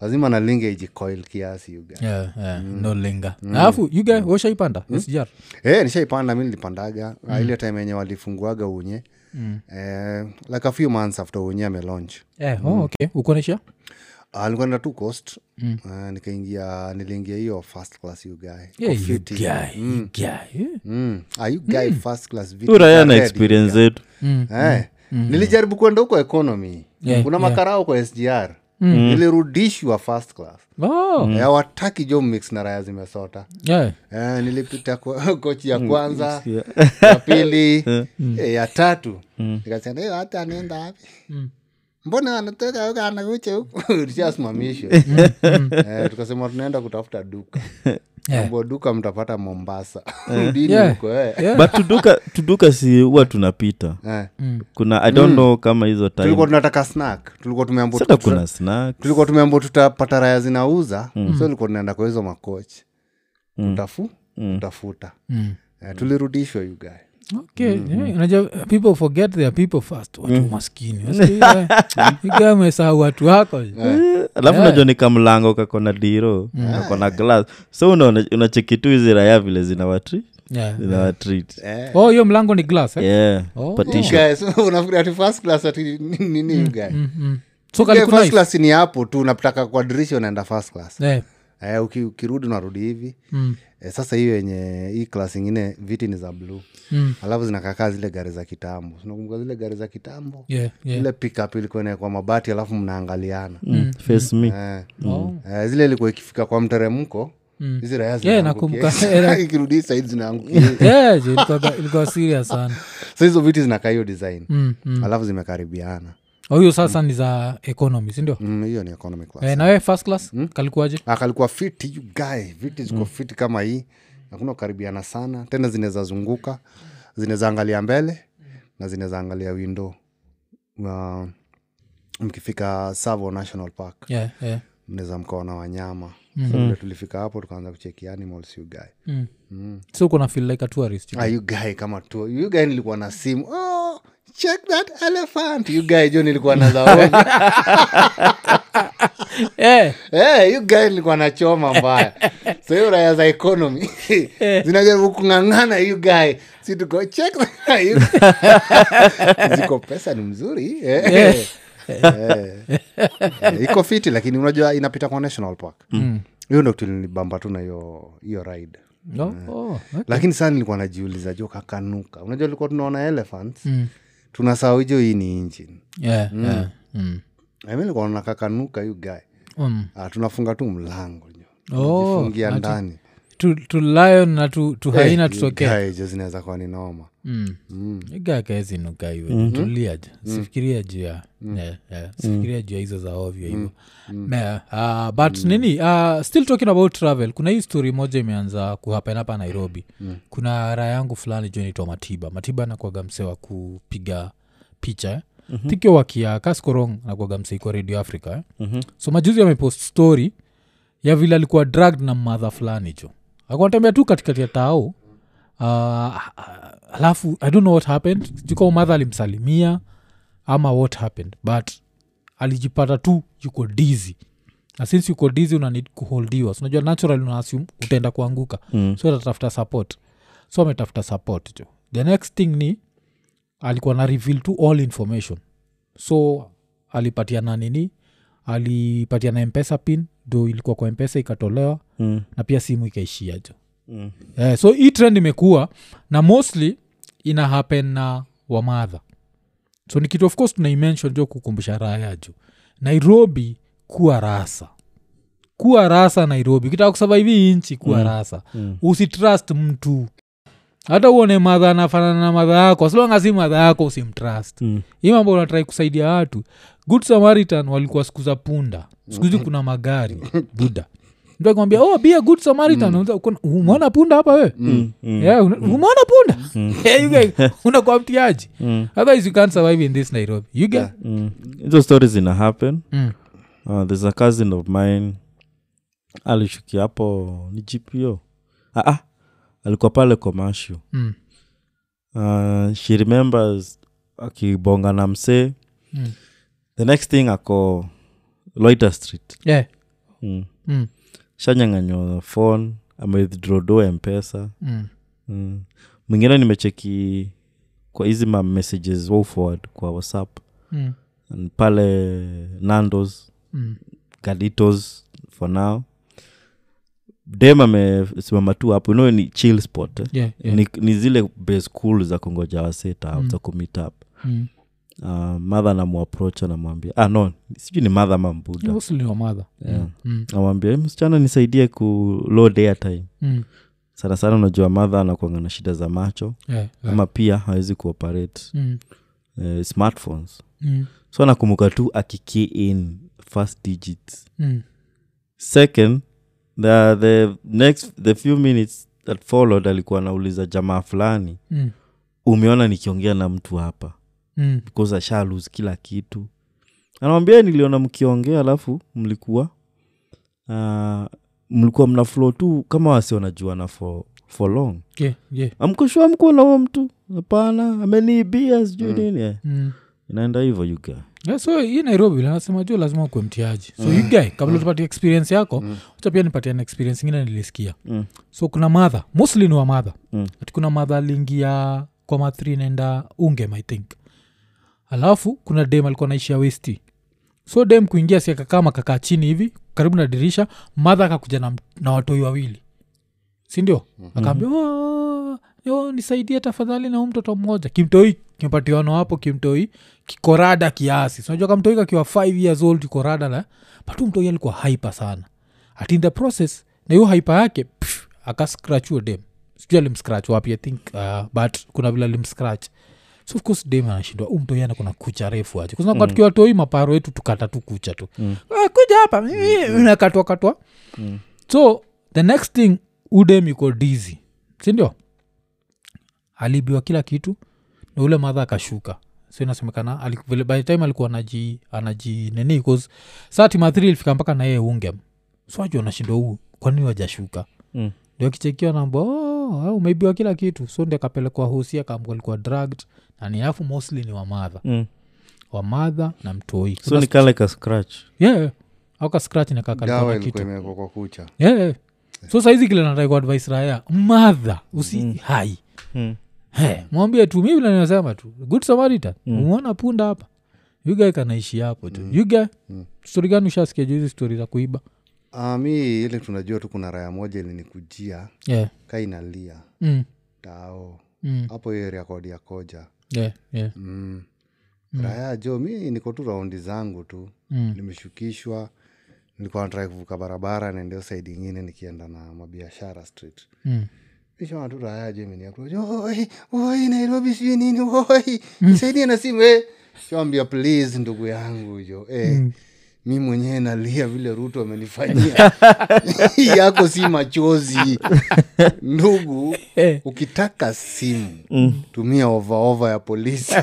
Speaker 4: lazima na linga ijikoil kiasi you guy.
Speaker 2: Yeah, yeah,
Speaker 4: Hmm.
Speaker 2: no linga alafu you guy washaipanda sgr
Speaker 4: Eh, nishaipanda mi nilipandaga mm. ile time yenye walifunguaga unye mm. eh, like a few months after unye Ah, amelaunch
Speaker 2: Eh,
Speaker 4: Hmm.
Speaker 2: oh, okay ukonesha
Speaker 4: alikuwa nenda tu coast mm. eh, nikaingia niliingia hiyo first class you guy
Speaker 2: Yeah,
Speaker 4: Kwa
Speaker 2: you
Speaker 4: fiti.
Speaker 2: guy,
Speaker 4: Hmm.
Speaker 2: you guy, eh.
Speaker 4: Mm. Ah, you guy first class viti
Speaker 3: uraya
Speaker 4: za
Speaker 3: na
Speaker 4: red,
Speaker 3: experience zetu
Speaker 4: you guy. Eh, nilijaribu kwenda huko economy
Speaker 2: Yeah,
Speaker 4: kuna
Speaker 2: yeah.
Speaker 4: makarao kwa sgr nilirudishwa first class
Speaker 2: Oh,
Speaker 4: Eh, hawataki jo mix na raya zimesota
Speaker 2: yeah.
Speaker 4: Eh, nilipita kwa- kochi
Speaker 3: Mm,
Speaker 4: ya kwanza ya pili eh, ya tatu
Speaker 3: Mm.
Speaker 4: nikasema "Eh, hata anaenda wapi
Speaker 2: Mm.
Speaker 4: mbona anatoka huko anakuja huku tulishasimamishwa
Speaker 2: Mm,
Speaker 4: Eh, tukasema tunaenda kutafuta duka ambao duka mtapata mombasa rudini
Speaker 2: Yeah.
Speaker 4: huko eh.
Speaker 2: Yeah. Mm.
Speaker 3: but tuduka, tuduka si huwa tunapita
Speaker 4: Eh,
Speaker 3: kuna i don't know kama hizo time
Speaker 4: tulikuwa tunataka snack tulikuwa tumeambua
Speaker 3: sasa kuna Mm. snack
Speaker 4: tulikuwa tumeambua tutapata raya zinauza so tulikuwa tunaenda kwa hizo makochi
Speaker 3: Mm.
Speaker 4: tutafu tutafuta
Speaker 2: Mm.
Speaker 4: Eh, tulirudishwa you guy
Speaker 2: Okay, yeah, unajua, people forget their people first watu maskini eh. Wasikia, "Hiki amesahau watu wako
Speaker 3: Eh, alafu najua ni kamlango kako na diro kako na glass so unaona- unacheki tu hizi raya vile zinawatri
Speaker 2: Yeah.
Speaker 3: zinawatreat
Speaker 2: oh hiyo mlango ni glass eh?
Speaker 3: yeah
Speaker 2: Oh.
Speaker 3: partition
Speaker 4: Guys, unafikiria ati first class ati ni- ni- nini
Speaker 2: Mm.
Speaker 4: guy?
Speaker 2: so
Speaker 4: Guy,
Speaker 2: kalikuwa nice.
Speaker 4: first class ni hapo tu unapitaka kwa dirisha unaenda first class
Speaker 2: Eh,
Speaker 4: eh, uki- ukirudi unarudi hivi
Speaker 2: Mm,
Speaker 4: eh, sasa hiyo yenye hii klas ingine viti ni za bluu
Speaker 2: Mm.
Speaker 4: alafu zinakakaa zile gari za kitambo unakumbuka zile gari za kitambo
Speaker 2: yeah, yeah.
Speaker 4: ile pickup ilikuwa inawekwa mabati alafu mnaangaliana
Speaker 3: Mm, face me
Speaker 4: eh,
Speaker 2: Oh. Mm.
Speaker 4: eh, zile ilikuwa ikifika kwa mteremko hizi raya zinaangukia.
Speaker 2: nakumbuka.
Speaker 4: ikirudi said zinaangukia
Speaker 2: Yeah, jo, ilikuwa- ilikuwa serious sana Mm,
Speaker 4: so hizo viti zinakaa hiyo design alafu zimekaribiana
Speaker 2: Oh, hiyo sasa ni za economy sindio
Speaker 4: Mm, hiyo ni economy class
Speaker 2: eh, nawe first class kalikuwaje
Speaker 4: akalikuwa fiti you guy viti ziko fiti kama hii hakuna kukaribiana sana tena zinaweza zunguka zinaweza angalia mbele na zinaweza angalia window uh, mkifika Savo National Park
Speaker 2: yeah, yeah.
Speaker 4: mnaweza mkaona wanyama mm-hmm. so, vile tulifika hapo tukaanza kucheki animals you guy
Speaker 2: Mm. so kuna feel like a tourist
Speaker 4: ah, you guy kama tu you guy nilikuwa na simu oh, check that elephant you guy jo nilikuwa na zawadi
Speaker 2: Eh,
Speaker 4: Eh, you guy nilikuwa nachoma mbaya so hiyo raya za economy zinajaribu kung'ang'ana you guy si tuko check you guy. ziko pesa ni mzuri eh. Eh. Eh, iko fiti lakini unajua inapita kwa national park hiyo ndo kitu ilinibamba tu na hiyo hiyo ride
Speaker 2: no? Oh, eh.
Speaker 4: lakini saa nilikuwa najiuliza jo kakanuka unajua tulikuwa tunaona elephants tunasahau hijo hii ni engine
Speaker 2: Yeah, yeah. Mm.
Speaker 4: Na mimi nilikuwa naona kakanuka you guy
Speaker 2: Mm.
Speaker 4: Ah, tunafunga tu mlango jo.
Speaker 2: Oh,
Speaker 4: Tunajifungia ndani
Speaker 2: tu, tu lion na tu, tu haina tutokea
Speaker 4: Gae hizo zinaweza kuwa ni noma
Speaker 2: Mm. gakaezinuka iwe tulia ju sifikiria juu ya yeah, yeah. sifikiria juu ya hizo za ovyo hivo Na, uh, but nini uh, still talking about travel kuna hii story moja imeanza kuhapen hapa nairobi kuna raha yangu fulani juu naitwa matiba matiba anakwaga msee wa kupiga picha eh? mm-hmm. tikio wakia kaskorong nakwaga msei kwa radio africa eh? mm-hmm. so majuzi amepost story ya vile alikuwa drugged na madha fulani cho akanatembea tu katikati ya tao uh, alafu i don't know what happened juka madha alimsalimia ama what happened but alijipata tu yuko dizi na since yuko dizi una need kuholdiwa so, unajua natural unaasum utaenda kuanguka mm. so atatafuta support so ametafuta support jo the next thing ni alikuwa na reveal to all information so alipatiana nini alipatiana mpesa pin ndo ilikuwa kwa mpesa ikatolewa mm. na pia simu ikaishia jo mm. eh, so hii trend imekuwa na mostly ina happen na wamadha so ni kitu of course tunaimension jo kukumbusha raha yajo nairobi kuwa rasa kuwa rasa nairobi ukitaka kusurvive hii nchi kuwa mm. rasa mm. usitrust mtu hata uone madha anafanana na madha yako asilonga si madha yako usimtrust mm. hii mambo unatrai kusaidia watu good samaritan walikuwa siku za punda siku hizi kuna magari buda mtu akimwambia oh be a good samaritan unaweza- kuna- umeona punda hapa wewe Yeah, una- umeona punda Yeah, you guys, unakuwa mtiaji otherwise you can't survive in this nairobi you get
Speaker 3: Mm. hizo stories zina happen
Speaker 2: Mm.
Speaker 3: uh, there's a cousin of mine alishukia hapo ni gpo ah, ah, alikuwa pale commercial
Speaker 2: Mm.
Speaker 3: uh, she remembers akibonga na msee
Speaker 2: Mm.
Speaker 3: the next thing ako loiter street
Speaker 2: yeah.
Speaker 3: mm.
Speaker 2: Mm.
Speaker 3: shanyanganywa phone amewithdraw do mpesa
Speaker 2: Mm.
Speaker 3: mm. mwingine nimecheki kwa hizi ma messages wa forward kwa whatsapp
Speaker 2: Mm.
Speaker 3: And pale nandos
Speaker 2: Mm.
Speaker 3: gaditos for now dem amesimama tu hapo you know, ni chill spot eh?
Speaker 2: Yeah, yeah.
Speaker 3: ni, ni zile base cool za kungoja waseta mm. za kumeet up
Speaker 2: Mm.
Speaker 3: uh, madha namwaproach anamwambia ah, no sijui ni madha ma mbuda
Speaker 2: Mostly wa mother.
Speaker 3: yeah.
Speaker 2: Mm.
Speaker 3: namwambia "Eh, msichana nisaidie ku load airtime
Speaker 2: Mm.
Speaker 3: sana sana unajua madha anakuanga na shida za macho
Speaker 2: Yeah, yeah.
Speaker 3: ama pia hawezi kuoperate
Speaker 2: Mm.
Speaker 3: eh, smartphones
Speaker 2: Mm.
Speaker 3: so anakumbuka tu akikey in first digits
Speaker 2: Mm.
Speaker 3: second the, the next the few minutes that followed alikuwa anauliza jamaa fulani
Speaker 2: Mm.
Speaker 3: umeona nikiongea na mtu hapa
Speaker 2: Mm.
Speaker 3: because asha lose kila kitu anawambia niliona mkiongea alafu mlikuwa uh, mlikuwa mna flow tu kama wasi wanajuana for, for long
Speaker 2: Yeah, yeah.
Speaker 3: amkoshua mkuwa na huo mtu hapana ameniibia sijui mm. nini Eh,
Speaker 2: Mm.
Speaker 3: inaenda hivyo yuga
Speaker 2: Yeah, so hii nairobi lanasema juu lazima ukue mtiaji so mm. guy kabla tupatie experience yako mm. wacha pia nipatia na experience ingine nilisikia
Speaker 3: Mm.
Speaker 2: so kuna madha mostly ni wa madha
Speaker 3: Mm.
Speaker 2: ati kuna madha aliingia kwa mathri naenda ungem i think alafu kuna dem alikuwa naishia westi so dem kuingia si akakaa makakaa chini hivi karibu na dirisha madha akakuja na, na watoi wawili sindio akaambia "Oh, yo, nisaidie tafadhali na huu mtoto mmoja kimtoi kimepatiwano hapo kimtoi kikorada kiasi sinajua kamtoi kakiwa 5 years old kikorada la but huu mtoi alikuwa haipa sana at in the process na hiyo haipa yake pff, akascratchuo dem sijui alimscratch wapi i think uh, but kuna vile alimscratch so of course dem anashindwa u mtoiana kuna kucha refu aje kusa mm. tukiwa toi maparo yetu tukata tu kucha tu mm. kuja hapa
Speaker 3: Mm-hmm.
Speaker 2: mm. nakatwa katwa
Speaker 3: Mm.
Speaker 2: so the next thing udem iko dizi sindio alibiwa kila kitu na ule madha akashuka so inasemekana ali- vile- by the time alikuwa anaji anaji nini bcause saa timathiri ilifika mpaka na yeye ungem so ajua nashindwa huu kwanini wajashuka
Speaker 3: Mm.
Speaker 2: ndio akichekiwa namba oh, umeibiwa kila kitu so ndi akapelekwa hosi akaamka alikuwa drugged na ni afu mostly ni wamadha
Speaker 3: mm.
Speaker 2: wamadha na mtoi
Speaker 3: so ni kind like a scratch
Speaker 2: yeah, yeah. auka scratch
Speaker 4: dawa
Speaker 2: nakakana kitu
Speaker 4: ilikuwa imewekwa kwa kucha
Speaker 2: yeah, yeah. so saizi kile nataka kuadvise raya madha usi mm. hai
Speaker 3: Mm.
Speaker 2: Hey, mwambie tu mi vile ninasema tu good samaritan mm. umeona punda hapa yuga kanaishi hapo tu mm. yuga mm. stori gani ushasikia juu hizi stori za kuiba
Speaker 4: Ah, mi ile tunajua tu kuna raya moja ilinikujia
Speaker 2: yeah.
Speaker 4: ka inalia
Speaker 2: mm.
Speaker 4: tao
Speaker 2: Mm.
Speaker 4: hapo hiyo rekodi ya koja
Speaker 2: yeah, yeah.
Speaker 4: mm. raya jo mi niko tu raundi zangu tu
Speaker 2: Mm.
Speaker 4: nimeshukishwa nilikuwa natrai kuvuka barabara naendeo saidi ingine nikienda na mabiashara street
Speaker 2: Mm.
Speaker 4: nishaona tu raya jo imeniaoi oi nairobi sijui nini oi nisaidie na simu eh. shawambia please ndugu yangu jo eh. mi mwenyewe nalia vile ruto amenifanyia yako si machozi ndugu ukitaka simu tumia ovaova ya polisi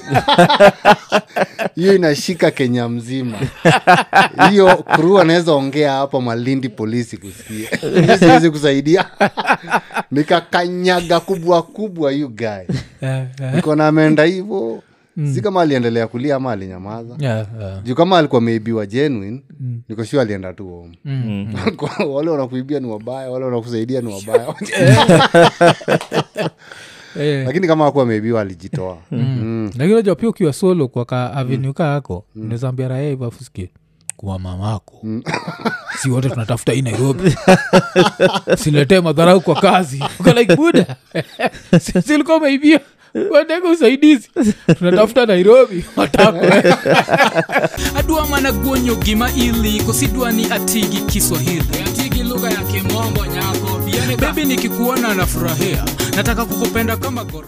Speaker 4: hiyo inashika kenya mzima hiyo kru anaweza ongea hapa malindi polisi kusikia Mi siwezi kusaidia nikakanyaga kubwa kubwa hiyo guy niko na ameenda hivo si kama aliendelea kulia ama alinyamaza
Speaker 2: Yeah, yeah.
Speaker 4: juu kama alikuwa ameibiwa genuine niko sure alienda tu home Kwa wale wanakuibia ni wabaya wale wanakusaidia ni wabaya
Speaker 2: Eh,
Speaker 4: lakini kama akuwa ameibiwa alijitoa Mm.
Speaker 2: lakini najua pia ukiwa solo kwa ka avenue ka yako unaweza ambia raia hivyo afu sikie, kwa mamako si wote tunatafuta hii nairobi siletee madharau kwa kazi Uko like buda Si- silikuwa umeibia wataka usaidizi tunatafuta nairobi watako adwa mana guonyo gima ili kosidwani atigi kiswahili atigi lugha ya kimombo nyako bebi nikikuona nafurahia nataka kukupenda kama gor